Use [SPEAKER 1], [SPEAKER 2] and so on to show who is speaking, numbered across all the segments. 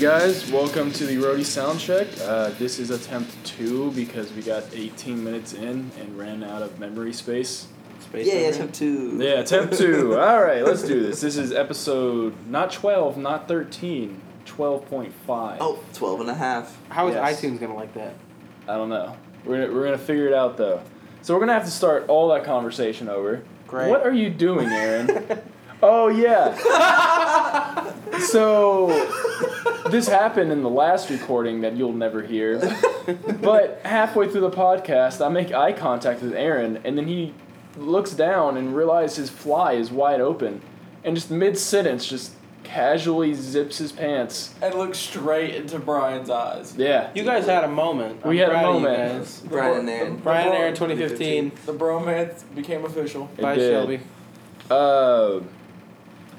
[SPEAKER 1] guys, welcome to the Roadie Soundcheck. Uh, this is attempt two because we got 18 minutes in and ran out of memory space.
[SPEAKER 2] Space
[SPEAKER 3] yeah, yeah,
[SPEAKER 2] Memory?
[SPEAKER 3] attempt two.
[SPEAKER 1] Yeah, attempt two. All right, let's do this. This is episode not 12, not 13, 12.5.
[SPEAKER 3] Oh, 12 and a half.
[SPEAKER 2] How is
[SPEAKER 1] Yes.
[SPEAKER 2] iTunes gonna like that?
[SPEAKER 1] I don't know. We're gonna, we're gonna figure it out though. So we're gonna have to start all that conversation over.
[SPEAKER 2] Great.
[SPEAKER 1] What are you doing, Aaron? oh yeah. so this happened in the last recording that you'll never hear. but halfway through the podcast, I make eye contact with Aaron, and then he looks down and realizes his fly is wide open, and just mid sentence, just casually zips his pants.
[SPEAKER 4] and look straight into Brian's eyes.
[SPEAKER 1] Yeah.
[SPEAKER 2] You guys had a moment.
[SPEAKER 1] We
[SPEAKER 2] I'm
[SPEAKER 1] had a
[SPEAKER 2] proud of you
[SPEAKER 1] moment.
[SPEAKER 2] guys.
[SPEAKER 3] Brian and Aaron.
[SPEAKER 2] Brian and Aaron
[SPEAKER 4] The bro-
[SPEAKER 2] 2015.
[SPEAKER 4] The bromance became official.
[SPEAKER 1] It
[SPEAKER 2] Bye,
[SPEAKER 1] did.
[SPEAKER 2] Shelby.
[SPEAKER 1] Uh,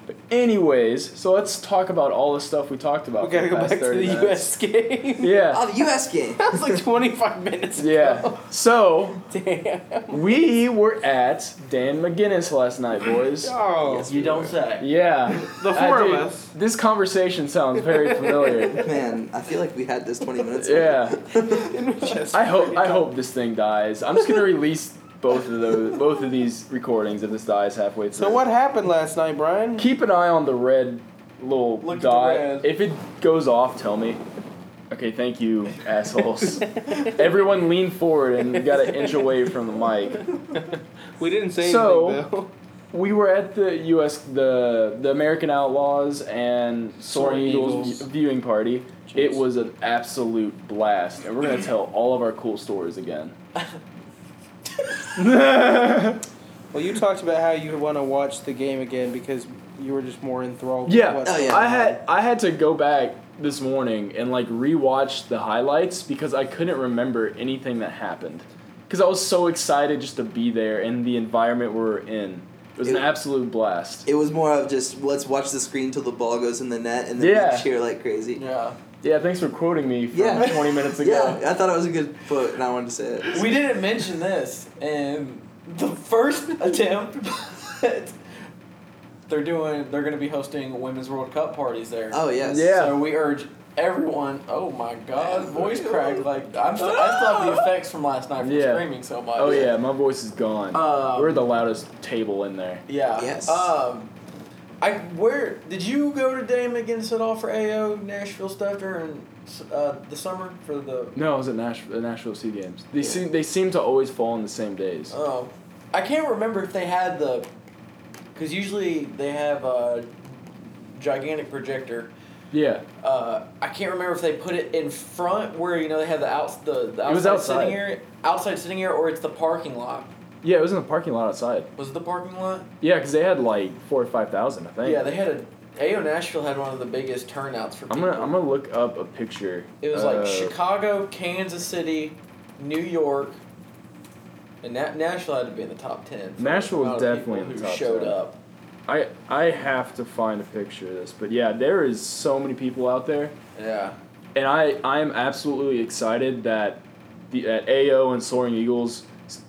[SPEAKER 1] but anyways, so let's talk about all the stuff we talked about.
[SPEAKER 2] We gotta
[SPEAKER 1] for
[SPEAKER 2] go
[SPEAKER 1] past
[SPEAKER 2] back to the
[SPEAKER 1] 30 minutes.
[SPEAKER 2] U.S. game.
[SPEAKER 1] Yeah,
[SPEAKER 3] Oh, the U.S. game.
[SPEAKER 2] that was like 25 minutes. ago.
[SPEAKER 1] yeah. So
[SPEAKER 2] Damn.
[SPEAKER 1] we were at Dan McGinnis last night, boys.
[SPEAKER 2] Oh.
[SPEAKER 3] Yes.
[SPEAKER 4] You don't say.
[SPEAKER 1] Yeah,
[SPEAKER 2] The
[SPEAKER 1] I
[SPEAKER 2] four of
[SPEAKER 1] did-
[SPEAKER 2] us.
[SPEAKER 1] This conversation sounds very familiar.
[SPEAKER 3] Man, I feel like we had this 20 minutes ago.
[SPEAKER 1] yeah,
[SPEAKER 2] Just-
[SPEAKER 1] I hope I hope this thing dies. I'm just gonna release both of those both of these recordings if this dies halfway through.
[SPEAKER 2] So what happened last night, Brian?
[SPEAKER 1] Keep an eye on the red little
[SPEAKER 4] Look at the
[SPEAKER 1] dot.
[SPEAKER 4] red.
[SPEAKER 1] If it goes off, tell me. Okay, thank you, assholes. Everyone lean forward and we got an inch away from the mic.
[SPEAKER 2] We didn't say
[SPEAKER 1] So-
[SPEAKER 2] anything, Bill.
[SPEAKER 1] We were at the U.S. the the American Outlaws and Soaring
[SPEAKER 2] Soaring
[SPEAKER 1] Eagles,
[SPEAKER 2] Eagles.
[SPEAKER 1] viewing party. It
[SPEAKER 2] Jeez.
[SPEAKER 1] was an absolute blast, and we're gonna tell all of our cool stories again.
[SPEAKER 2] Well, you talked about how you want to watch the game again because you were just more enthralled.
[SPEAKER 1] Yeah,
[SPEAKER 2] With what's
[SPEAKER 3] Oh, yeah.
[SPEAKER 2] going
[SPEAKER 1] I
[SPEAKER 2] on.
[SPEAKER 1] had I had to go back this morning and like rewatch the highlights because I couldn't remember anything that happened because I was so excited just to be there and the environment we were in. It was an
[SPEAKER 3] It-
[SPEAKER 1] absolute blast.
[SPEAKER 3] It was more of just let's watch the screen till the ball goes in the net and then
[SPEAKER 1] Yeah.
[SPEAKER 3] we cheer like crazy.
[SPEAKER 4] Yeah.
[SPEAKER 1] yeah, thanks for quoting me from
[SPEAKER 3] Yeah.
[SPEAKER 1] 20 minutes
[SPEAKER 3] Yeah,
[SPEAKER 1] ago.
[SPEAKER 3] I thought it was a good quote and I wanted to say it.
[SPEAKER 4] We didn't mention this in the first attempt, but they're doing. They're going to be hosting women's World Cup parties there.
[SPEAKER 3] Oh, yes.
[SPEAKER 1] Yeah.
[SPEAKER 4] So we urge everyone. Oh my God, voice crack! Like I'm. St- I still have the effects from last night from
[SPEAKER 1] Yeah.
[SPEAKER 4] screaming so much.
[SPEAKER 1] Oh yeah, my voice is gone.
[SPEAKER 4] Um,
[SPEAKER 1] we're the loudest table in there.
[SPEAKER 4] Yeah.
[SPEAKER 3] Yes.
[SPEAKER 4] Um, I where did you go to Dan McGinnis at all for AO Nashville stuff during uh, the summer for the?
[SPEAKER 1] No, I was at Nash- the Nashville Sea Games. They
[SPEAKER 4] Yeah.
[SPEAKER 1] seem they seem to always fall on the same days.
[SPEAKER 4] Oh, I can't remember if they had the, because usually they have a gigantic projector.
[SPEAKER 1] yeah,
[SPEAKER 4] Uh, I can't remember if they put it in front where you know they have the out the, the
[SPEAKER 1] It was
[SPEAKER 4] outside
[SPEAKER 1] outside.
[SPEAKER 4] sitting area, outside sitting area, or it's the parking lot.
[SPEAKER 1] yeah, it was in the parking lot outside.
[SPEAKER 4] Was it the parking lot?
[SPEAKER 1] Yeah, because they had like four or five thousand, I think.
[SPEAKER 4] Yeah, they had a. AO Nashville had one of the biggest turnouts for
[SPEAKER 1] I'm
[SPEAKER 4] people.
[SPEAKER 1] gonna I'm gonna look up a picture.
[SPEAKER 4] It was like
[SPEAKER 1] of-
[SPEAKER 4] Chicago, Kansas City, New York, and Na- Nashville had to be in the top ten. for
[SPEAKER 1] Nashville
[SPEAKER 4] the
[SPEAKER 1] was
[SPEAKER 4] amount of people
[SPEAKER 1] definitely in the
[SPEAKER 4] who
[SPEAKER 1] top
[SPEAKER 4] showed
[SPEAKER 1] 10.
[SPEAKER 4] up.
[SPEAKER 1] I I have to find a picture of this, but yeah, there is so many people out there,
[SPEAKER 4] Yeah,
[SPEAKER 1] and I I am absolutely excited that the that AO and Soaring Eagles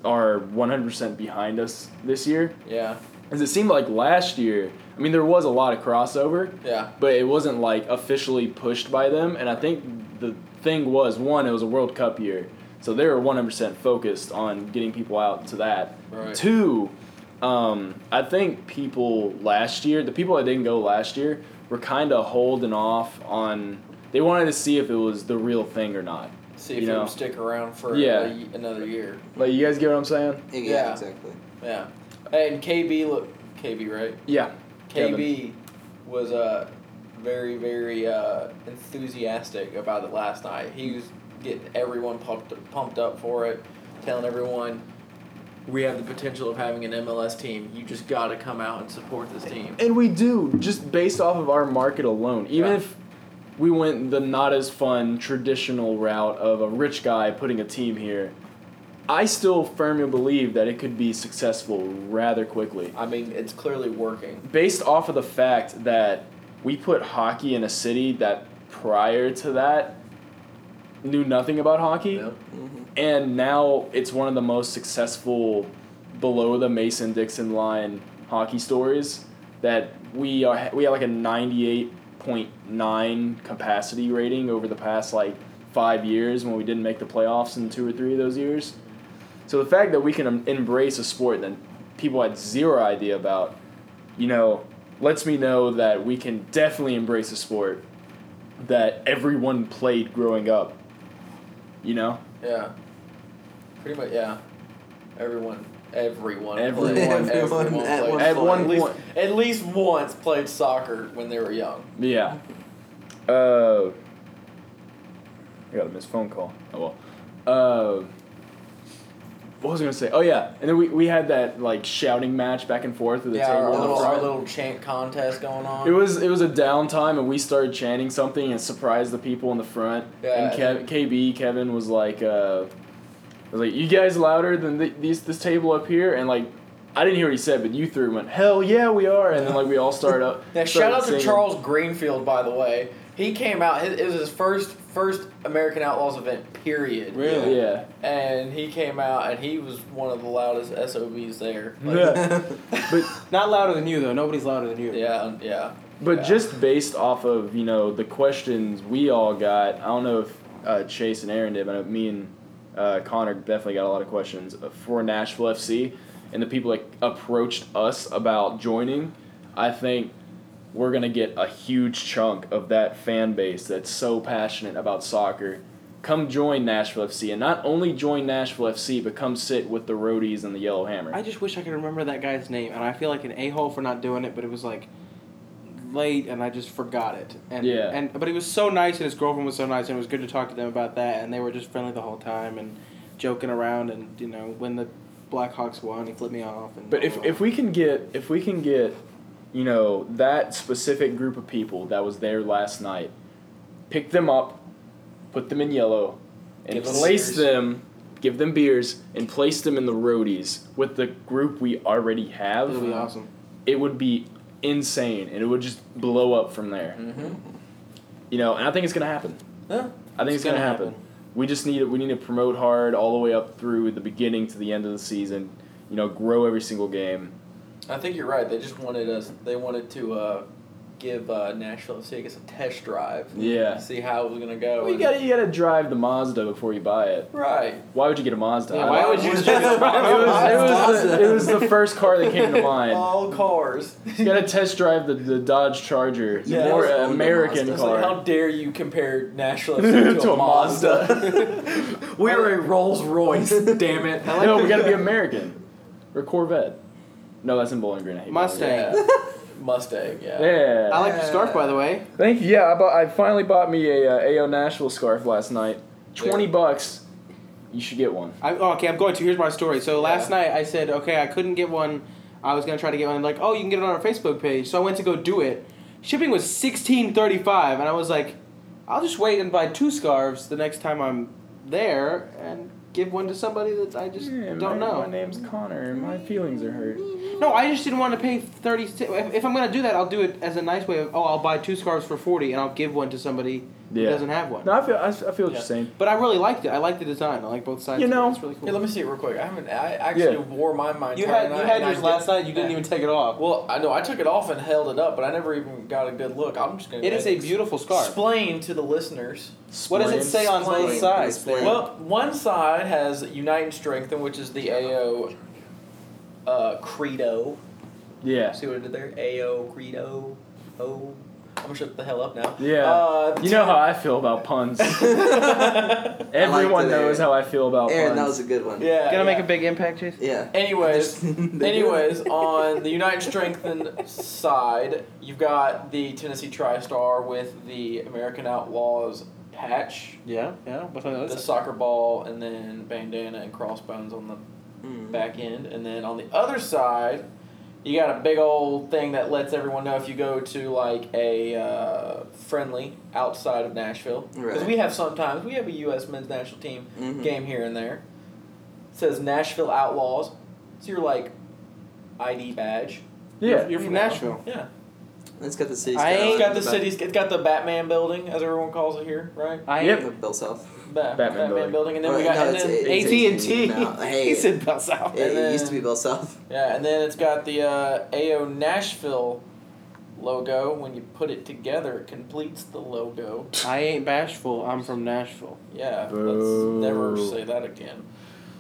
[SPEAKER 1] are 100% behind us this year,
[SPEAKER 4] yeah,
[SPEAKER 1] as it seemed like last year. I mean, there was a lot of crossover,
[SPEAKER 4] yeah.
[SPEAKER 1] but it wasn't like officially pushed by them. And I think the thing was one, it was a World Cup year, so they were one hundred percent focused on getting people out to that.
[SPEAKER 4] Right.
[SPEAKER 1] Two, um, I think people last year, the people that didn't go last year, were kind of holding off on. They wanted to see if it was the real thing or not.
[SPEAKER 4] See
[SPEAKER 1] you
[SPEAKER 4] if you
[SPEAKER 1] know.
[SPEAKER 4] would stick around for
[SPEAKER 1] Yeah.
[SPEAKER 4] a y- another year.
[SPEAKER 1] Like you guys get what I'm saying?
[SPEAKER 3] Yeah,
[SPEAKER 4] Yeah.
[SPEAKER 3] exactly.
[SPEAKER 4] Yeah, and KB look KB right.
[SPEAKER 1] Yeah. Kevin.
[SPEAKER 4] KB was uh very very uh, enthusiastic about it last night. He was getting everyone pumped pumped up for it, telling everyone. We have the potential of having an MLS team. You just got to come out and support this team.
[SPEAKER 1] And we do just based off of our market alone. Even
[SPEAKER 4] Yeah.
[SPEAKER 1] if we went the not as fun traditional route of a rich guy putting a team here, I still firmly believe that it could be successful rather quickly.
[SPEAKER 4] I mean, it's clearly working.
[SPEAKER 1] Based off of the fact that we put hockey in a city that prior to that knew nothing about hockey
[SPEAKER 4] You know?
[SPEAKER 1] and now it's one of the most successful below the Mason Dixon line hockey stories that we are we had like a 98% 0.9 capacity rating over the past like five years when we didn't make the playoffs in two or three of those years. So the fact that we can em- embrace a sport that people had zero idea about, you know, lets me know that we can definitely embrace a sport that everyone played growing up. You know,
[SPEAKER 4] Yeah. Pretty much, yeah. Everyone, everyone,
[SPEAKER 1] Everyone.
[SPEAKER 4] played-
[SPEAKER 3] Everyone
[SPEAKER 4] everyone
[SPEAKER 3] at
[SPEAKER 4] played-
[SPEAKER 3] one
[SPEAKER 1] at
[SPEAKER 3] Fine.
[SPEAKER 1] one
[SPEAKER 4] at least,
[SPEAKER 1] point,
[SPEAKER 4] at least once played soccer when they were young.
[SPEAKER 1] yeah. Uh, I got a missed phone call. Oh well. Uh, what was I gonna say? Oh yeah, and then we, we had that like shouting match back and forth at the
[SPEAKER 4] yeah,
[SPEAKER 1] table.
[SPEAKER 4] our,
[SPEAKER 1] in the
[SPEAKER 4] little, our
[SPEAKER 1] front.
[SPEAKER 4] little chant contest going on.
[SPEAKER 1] It was it was a downtime, and we started chanting something and surprised the people in the front.
[SPEAKER 4] Yeah.
[SPEAKER 1] and Kev, KB Kevin was like, uh, was like, "You guys louder than th- these this table up here?" And like, I didn't hear what he said, but you three went, "Hell yeah, we are!" And then like we all started up.
[SPEAKER 4] Now, shout
[SPEAKER 1] started
[SPEAKER 4] out to
[SPEAKER 1] singing.
[SPEAKER 4] Charles Greenfield, by the way. He came out. His, it was his first first American Outlaws event, period.
[SPEAKER 2] Really?
[SPEAKER 1] Yeah,
[SPEAKER 4] And he came out, and he was one of the loudest SOBs there. Like,
[SPEAKER 1] Yeah. but
[SPEAKER 2] Not louder than you though. Nobody's louder than you.
[SPEAKER 4] yeah, yeah.
[SPEAKER 1] but
[SPEAKER 4] Yeah.
[SPEAKER 1] just based off of you know the questions we all got, I don't know if uh, Chase and Aaron did, but I know me and uh, Connor definitely got a lot of questions for Nashville FC and the people that approached us about joining. I think we're gonna get a huge chunk of that fan base that's so passionate about soccer. Come join Nashville FC, and not only join Nashville FC, but come sit with the roadies and the Yellow Hammer.
[SPEAKER 2] I just wish I could remember that guy's name, and I feel like an a hole for not doing it, but it was like late, and I just forgot it. And,
[SPEAKER 1] Yeah.
[SPEAKER 2] And but he was so nice, and his girlfriend was so nice, and it was good to talk to them about that, and they were just friendly the whole time and joking around, and you know when the Blackhawks won, he flipped me off. And
[SPEAKER 1] But if, if we can get if we can get, you know, that specific group of people that was there last night, pick them up, put them in yellow, and
[SPEAKER 4] Give them
[SPEAKER 1] place
[SPEAKER 4] beers.
[SPEAKER 1] them, give them beers, and place them in the roadies with the group we already have.
[SPEAKER 2] it'll be awesome.
[SPEAKER 4] Mm-hmm.
[SPEAKER 1] It would be insane, and it would just blow up from there.
[SPEAKER 4] Mm-hmm.
[SPEAKER 1] You know, and I think it's gonna happen.
[SPEAKER 4] Yeah.
[SPEAKER 1] I think it's, gonna, happen. We just need we need to promote hard all the way up through the beginning to the end of the season. You know, grow every single game.
[SPEAKER 4] I think you're right. They just wanted us. They wanted to uh, give uh, Nashville FC, I guess, a test drive.
[SPEAKER 1] Yeah.
[SPEAKER 4] See how it was gonna go.
[SPEAKER 1] Well, you
[SPEAKER 4] and-
[SPEAKER 1] gotta you gotta drive the Mazda before you buy it.
[SPEAKER 4] right.
[SPEAKER 1] Why would you get a Mazda?
[SPEAKER 2] Yeah,
[SPEAKER 1] I-
[SPEAKER 2] why
[SPEAKER 1] it
[SPEAKER 2] would you?
[SPEAKER 3] It
[SPEAKER 1] was, it, was the, it was the first car that came to mind.
[SPEAKER 4] All cars.
[SPEAKER 1] You gotta test drive the, the Dodge Charger, the
[SPEAKER 4] Yeah,
[SPEAKER 1] more
[SPEAKER 4] I
[SPEAKER 3] owned a
[SPEAKER 1] American
[SPEAKER 3] Mazda.
[SPEAKER 4] It's
[SPEAKER 1] car.
[SPEAKER 4] like, how dare you compare Nashville FC to,
[SPEAKER 1] To
[SPEAKER 4] a,
[SPEAKER 1] a
[SPEAKER 4] Mazda? we are a Rolls Royce. damn it.
[SPEAKER 1] no, we gotta be American. Or Corvette. No, that's in Bowling Green. I hate Bowling
[SPEAKER 2] Mustang.
[SPEAKER 4] Yeah. Mustang. Yeah.
[SPEAKER 1] Green. Yeah.
[SPEAKER 2] I like your scarf, by the way.
[SPEAKER 1] Thank you. Yeah, I, bought, I finally bought me a uh, AO Nashville scarf last night. Twenty
[SPEAKER 4] Yeah.
[SPEAKER 1] bucks. You should get one.
[SPEAKER 2] I, oh, okay, I'm going to. Here's my story. So last
[SPEAKER 4] Yeah.
[SPEAKER 2] night I said, okay, I couldn't get one. I was gonna try to get one. Like, oh, you can get it on our Facebook page. So I went to go do it. Shipping was sixteen thirty five, and I was like, I'll just wait and buy two scarves the next time I'm there, and give one to somebody that I just
[SPEAKER 1] Yeah,
[SPEAKER 2] don't
[SPEAKER 1] my,
[SPEAKER 2] know.
[SPEAKER 1] My name's Connor, and my feelings are hurt.
[SPEAKER 2] No, I just didn't want to pay thirty. If, if I'm gonna do that, I'll do it as a nice way of, oh, I'll buy two scarves for forty, and I'll give one to somebody
[SPEAKER 1] Yeah.
[SPEAKER 2] who doesn't have one.
[SPEAKER 1] No, I feel I, I feel what
[SPEAKER 4] Yeah.
[SPEAKER 1] you're saying.
[SPEAKER 2] But I really liked it. I liked the design. I like both sides.
[SPEAKER 1] You
[SPEAKER 2] of it.
[SPEAKER 1] know,
[SPEAKER 2] it's really cool.
[SPEAKER 4] Here, let me see it real quick. I haven't. I actually
[SPEAKER 1] Yeah.
[SPEAKER 4] wore mine. Mine.
[SPEAKER 2] You had you had yours last night. You didn't
[SPEAKER 4] Yeah.
[SPEAKER 2] even take it off.
[SPEAKER 4] Well, I know I took it off and held it up, but I never even got a good look. I'm just gonna.
[SPEAKER 2] It is a beautiful scarf.
[SPEAKER 4] Explain to the listeners.
[SPEAKER 2] what does it
[SPEAKER 1] Splint.
[SPEAKER 2] say on
[SPEAKER 4] Explain.
[SPEAKER 2] both sides?
[SPEAKER 3] Explain.
[SPEAKER 2] Well,
[SPEAKER 4] Well, one side has Unite and Strengthen, which is the AO uh, credo.
[SPEAKER 1] Yeah.
[SPEAKER 4] See what I did there? AO credo. Oh, I'm gonna shut the hell up now.
[SPEAKER 1] Yeah.
[SPEAKER 4] Uh,
[SPEAKER 1] You know how I feel about puns.
[SPEAKER 4] yeah.
[SPEAKER 1] Everyone
[SPEAKER 3] that,
[SPEAKER 1] knows
[SPEAKER 3] Aaron.
[SPEAKER 1] how I feel about
[SPEAKER 3] Aaron, that
[SPEAKER 1] puns.
[SPEAKER 3] was a good one.
[SPEAKER 2] gonna
[SPEAKER 4] yeah.
[SPEAKER 2] make a big impact, Chase.
[SPEAKER 3] Yeah.
[SPEAKER 4] Anyways,
[SPEAKER 3] They do.
[SPEAKER 4] anyways, on the Unite and Strengthen side, you've got the Tennessee TriStar with the American Outlaws patch,
[SPEAKER 2] Yeah, yeah. What's on the
[SPEAKER 4] the soccer ball, and then bandana and crossbones on the
[SPEAKER 3] Mm.
[SPEAKER 4] back end. And then on the other side, you got a big old thing that lets everyone know if you go to like a uh, friendly outside of Nashville. Because
[SPEAKER 3] Right.
[SPEAKER 4] we have sometimes, we have a U.S. men's national team
[SPEAKER 3] Mhm.
[SPEAKER 4] game here and there. It says Nashville Outlaws. It's your like ID badge.
[SPEAKER 1] Yeah.
[SPEAKER 2] You're from Nashville.
[SPEAKER 4] Yeah.
[SPEAKER 3] It's got the city.
[SPEAKER 2] I
[SPEAKER 4] It's
[SPEAKER 2] ain't
[SPEAKER 4] got the city's, it's got the Batman building, as everyone calls it here, right?
[SPEAKER 2] I
[SPEAKER 1] Yep.
[SPEAKER 3] The Bell South.
[SPEAKER 4] Ba-
[SPEAKER 1] Batman building.
[SPEAKER 4] And then we
[SPEAKER 3] Right,
[SPEAKER 4] got,
[SPEAKER 3] no,
[SPEAKER 4] and
[SPEAKER 3] it's
[SPEAKER 4] then,
[SPEAKER 3] a-
[SPEAKER 2] AT and T.
[SPEAKER 3] No, hey.
[SPEAKER 2] He said Bell South.
[SPEAKER 3] It, it used
[SPEAKER 4] then-
[SPEAKER 3] to be Bell South.
[SPEAKER 4] yeah, and then it's got the uh, AO Nashville logo. When you put it together, it completes the logo.
[SPEAKER 2] I ain't bashful. I'm from Nashville.
[SPEAKER 4] Yeah,
[SPEAKER 1] Boo.
[SPEAKER 4] let's never say that again.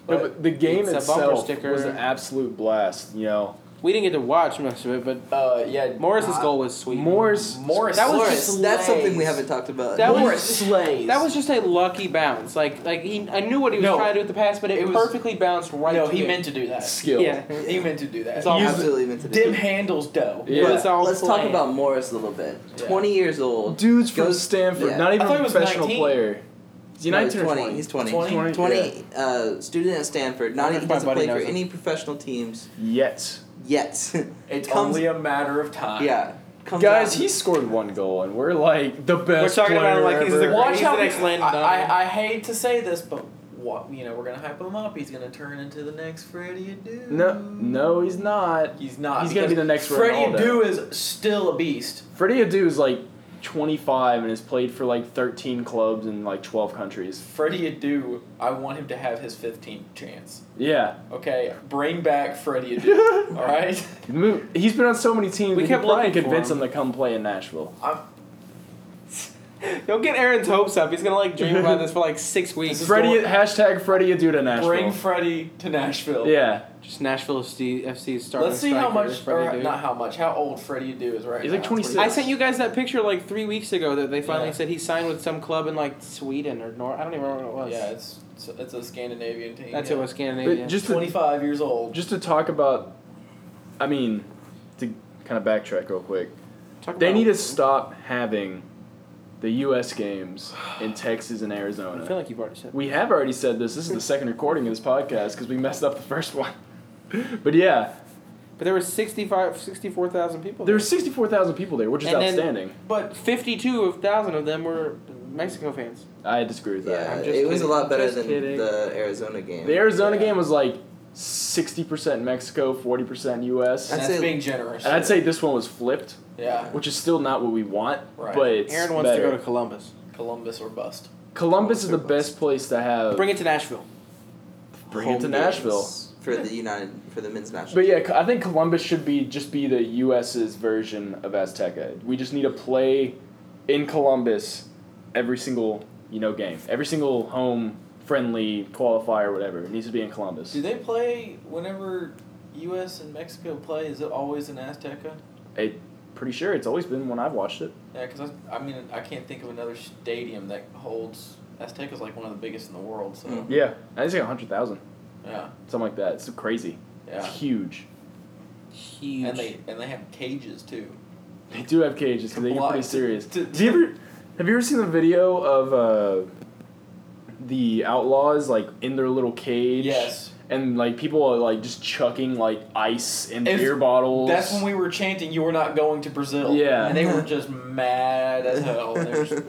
[SPEAKER 1] No, but the game
[SPEAKER 2] It's a bumper
[SPEAKER 1] itself
[SPEAKER 2] sticker.
[SPEAKER 1] was an absolute blast. You know,
[SPEAKER 2] We didn't get to watch much of it, but
[SPEAKER 4] Uh, yeah,
[SPEAKER 2] Morris's
[SPEAKER 4] uh,
[SPEAKER 2] goal was sweet.
[SPEAKER 1] Morris.
[SPEAKER 4] Morris.
[SPEAKER 2] That was
[SPEAKER 4] Morris.
[SPEAKER 2] just-
[SPEAKER 3] That's something we
[SPEAKER 4] slays.
[SPEAKER 3] haven't talked about.
[SPEAKER 2] That was-
[SPEAKER 4] Morris slays.
[SPEAKER 2] That was just a lucky bounce. Like like he, I knew what he was
[SPEAKER 4] No.
[SPEAKER 2] trying to do with the pass, but it,
[SPEAKER 4] It was-
[SPEAKER 2] perfectly bounced right.
[SPEAKER 4] no.
[SPEAKER 2] to
[SPEAKER 4] He
[SPEAKER 2] it.
[SPEAKER 4] meant to do that.
[SPEAKER 1] skill.
[SPEAKER 2] Yeah.
[SPEAKER 4] He meant to do that.
[SPEAKER 2] It's all
[SPEAKER 1] Use
[SPEAKER 3] absolutely meant to do.
[SPEAKER 4] Dim handles dough.
[SPEAKER 1] Yeah.
[SPEAKER 3] But
[SPEAKER 2] It's all
[SPEAKER 3] let's
[SPEAKER 2] planned.
[SPEAKER 3] talk about Morris a little bit.
[SPEAKER 4] Yeah.
[SPEAKER 3] Twenty years old.
[SPEAKER 1] Dude's from
[SPEAKER 3] Goes-
[SPEAKER 1] Stanford,
[SPEAKER 3] yeah.
[SPEAKER 1] not even
[SPEAKER 4] I thought
[SPEAKER 1] a
[SPEAKER 4] he was
[SPEAKER 1] professional
[SPEAKER 4] 19.
[SPEAKER 1] player. Is he
[SPEAKER 3] No,
[SPEAKER 1] 19
[SPEAKER 3] he's
[SPEAKER 1] or
[SPEAKER 3] 20.
[SPEAKER 1] 20?
[SPEAKER 3] He's 20.
[SPEAKER 4] 20?
[SPEAKER 3] 20,
[SPEAKER 1] 20,
[SPEAKER 3] uh, student at Stanford.
[SPEAKER 2] I
[SPEAKER 3] Not
[SPEAKER 2] wonder
[SPEAKER 3] he
[SPEAKER 2] if my
[SPEAKER 3] doesn't
[SPEAKER 2] buddy
[SPEAKER 3] play for
[SPEAKER 2] knows him.
[SPEAKER 3] any professional teams
[SPEAKER 1] Yet.
[SPEAKER 3] yet.
[SPEAKER 4] It's
[SPEAKER 3] Comes-
[SPEAKER 4] only a matter of time.
[SPEAKER 3] yeah. Comes
[SPEAKER 1] Guys,
[SPEAKER 3] out-
[SPEAKER 1] he scored one goal, and we're like the best.
[SPEAKER 2] talking
[SPEAKER 1] player
[SPEAKER 2] about him like he's the
[SPEAKER 1] ever.
[SPEAKER 2] greatest.
[SPEAKER 4] Watch how
[SPEAKER 2] the next
[SPEAKER 4] he-
[SPEAKER 2] Landon
[SPEAKER 4] I,
[SPEAKER 2] Donovan.
[SPEAKER 4] I, I hate to say this, but what you know, we're gonna hype him up. He's gonna turn into the next Freddie Adu.
[SPEAKER 1] No, no, he's not.
[SPEAKER 4] he's not.
[SPEAKER 1] He's gonna be
[SPEAKER 4] because
[SPEAKER 1] the next
[SPEAKER 4] Freddie
[SPEAKER 1] Ronaldo.
[SPEAKER 4] Adu is still a beast.
[SPEAKER 1] Freddie Adu is like 25 and has played for like 13 clubs in like 12 countries.
[SPEAKER 4] Freddie Adu, I want him to have his 15th chance.
[SPEAKER 1] Yeah,
[SPEAKER 4] Okay, bring back Freddie Adu. all right,
[SPEAKER 1] Mo- he's been on so many teams. We
[SPEAKER 2] We kept
[SPEAKER 1] kept probably
[SPEAKER 2] looking for
[SPEAKER 1] convince
[SPEAKER 2] him.
[SPEAKER 1] him to come play in Nashville.
[SPEAKER 2] Don't get Aaron's hopes up. He's gonna like dream about this for like six weeks.
[SPEAKER 1] Freddie hashtag Freddie Adu to
[SPEAKER 4] bring
[SPEAKER 1] Nashville.
[SPEAKER 4] Freddie to Nashville.
[SPEAKER 1] yeah,
[SPEAKER 2] Just Nashville FC, FC's starting.
[SPEAKER 4] Let's see how
[SPEAKER 2] striker,
[SPEAKER 4] much,
[SPEAKER 2] Freddie
[SPEAKER 4] or
[SPEAKER 2] Duke.
[SPEAKER 4] not how much, how old Freddie Adu is right
[SPEAKER 1] He's
[SPEAKER 4] now.
[SPEAKER 1] like
[SPEAKER 4] That's what he
[SPEAKER 1] 26.
[SPEAKER 2] I
[SPEAKER 4] is.
[SPEAKER 2] sent you guys that picture like three weeks ago that they finally
[SPEAKER 4] Yeah.
[SPEAKER 2] said he signed with some club in like Sweden or Nor. I don't even remember what it was.
[SPEAKER 4] Yeah, it's it's a- it's a Scandinavian team.
[SPEAKER 2] That's
[SPEAKER 4] yeah.
[SPEAKER 2] it was Scandinavia.
[SPEAKER 1] but just to,
[SPEAKER 4] 25 years old.
[SPEAKER 1] just to talk about, I mean, to kind of backtrack real quick.
[SPEAKER 2] Talk
[SPEAKER 1] They
[SPEAKER 2] about-
[SPEAKER 1] need to stop having the U.S. games in Texas and Arizona.
[SPEAKER 2] I feel like you've already said.
[SPEAKER 1] We have already said this. This is the second recording of this podcast because we messed up the first one. But yeah,
[SPEAKER 2] But there were 65 64,000 people.
[SPEAKER 1] there were 64,000 people there, which is
[SPEAKER 2] And then-
[SPEAKER 1] outstanding.
[SPEAKER 2] But 52,000 of them were Mexico fans.
[SPEAKER 1] I disagree with
[SPEAKER 3] Yeah,
[SPEAKER 1] that.
[SPEAKER 3] it
[SPEAKER 2] I'm just
[SPEAKER 3] was a
[SPEAKER 2] kidding.
[SPEAKER 3] lot better
[SPEAKER 2] Just
[SPEAKER 3] than
[SPEAKER 2] kidding.
[SPEAKER 3] the Arizona game.
[SPEAKER 1] The Arizona
[SPEAKER 4] Yeah.
[SPEAKER 1] game was like 60% Mexico, 40% U.S.
[SPEAKER 4] and
[SPEAKER 3] I'd
[SPEAKER 4] that's
[SPEAKER 3] say-
[SPEAKER 4] being generous.
[SPEAKER 1] And I'd say this one was flipped,
[SPEAKER 4] yeah,
[SPEAKER 1] which is still not what we want,
[SPEAKER 4] Right.
[SPEAKER 1] but it's
[SPEAKER 2] Aaron wants
[SPEAKER 1] better.
[SPEAKER 2] to go to Columbus.
[SPEAKER 4] Columbus or bust.
[SPEAKER 1] Columbus is the best place to have.
[SPEAKER 2] Bring it to Nashville.
[SPEAKER 1] bring it
[SPEAKER 3] home
[SPEAKER 1] to Nashville.
[SPEAKER 3] games for the United for the men's national.
[SPEAKER 1] But yeah, I think Columbus should be just be the U.S.'s version of Azteca. We just need to play in Columbus every single you know game, every single home friendly qualifier, whatever. It needs to be in Columbus.
[SPEAKER 4] Do they play whenever U.S. and Mexico play? Is it always in Azteca?
[SPEAKER 1] It, pretty sure it's always been when I've watched it.
[SPEAKER 4] Yeah, because I, I mean I can't think of another stadium that holds Azteca's like one of the biggest in the world. So
[SPEAKER 3] Mm.
[SPEAKER 1] Yeah, I think like hundred thousand,
[SPEAKER 4] yeah,
[SPEAKER 1] something like that. It's crazy.
[SPEAKER 4] yeah,
[SPEAKER 1] It's huge.
[SPEAKER 2] Huge.
[SPEAKER 4] and they and they have cages too.
[SPEAKER 1] They do have cages because they get
[SPEAKER 4] Block-
[SPEAKER 1] pretty serious.
[SPEAKER 4] to-
[SPEAKER 1] Do you ever have you ever seen the video of uh, the outlaws like in their little cage?
[SPEAKER 4] Yes,
[SPEAKER 1] and like people are like just chucking like ice and
[SPEAKER 4] It's-
[SPEAKER 1] beer bottles.
[SPEAKER 4] that's when we were chanting, "You were not going to Brazil."
[SPEAKER 1] Yeah.
[SPEAKER 4] and they were just mad as hell. They were just-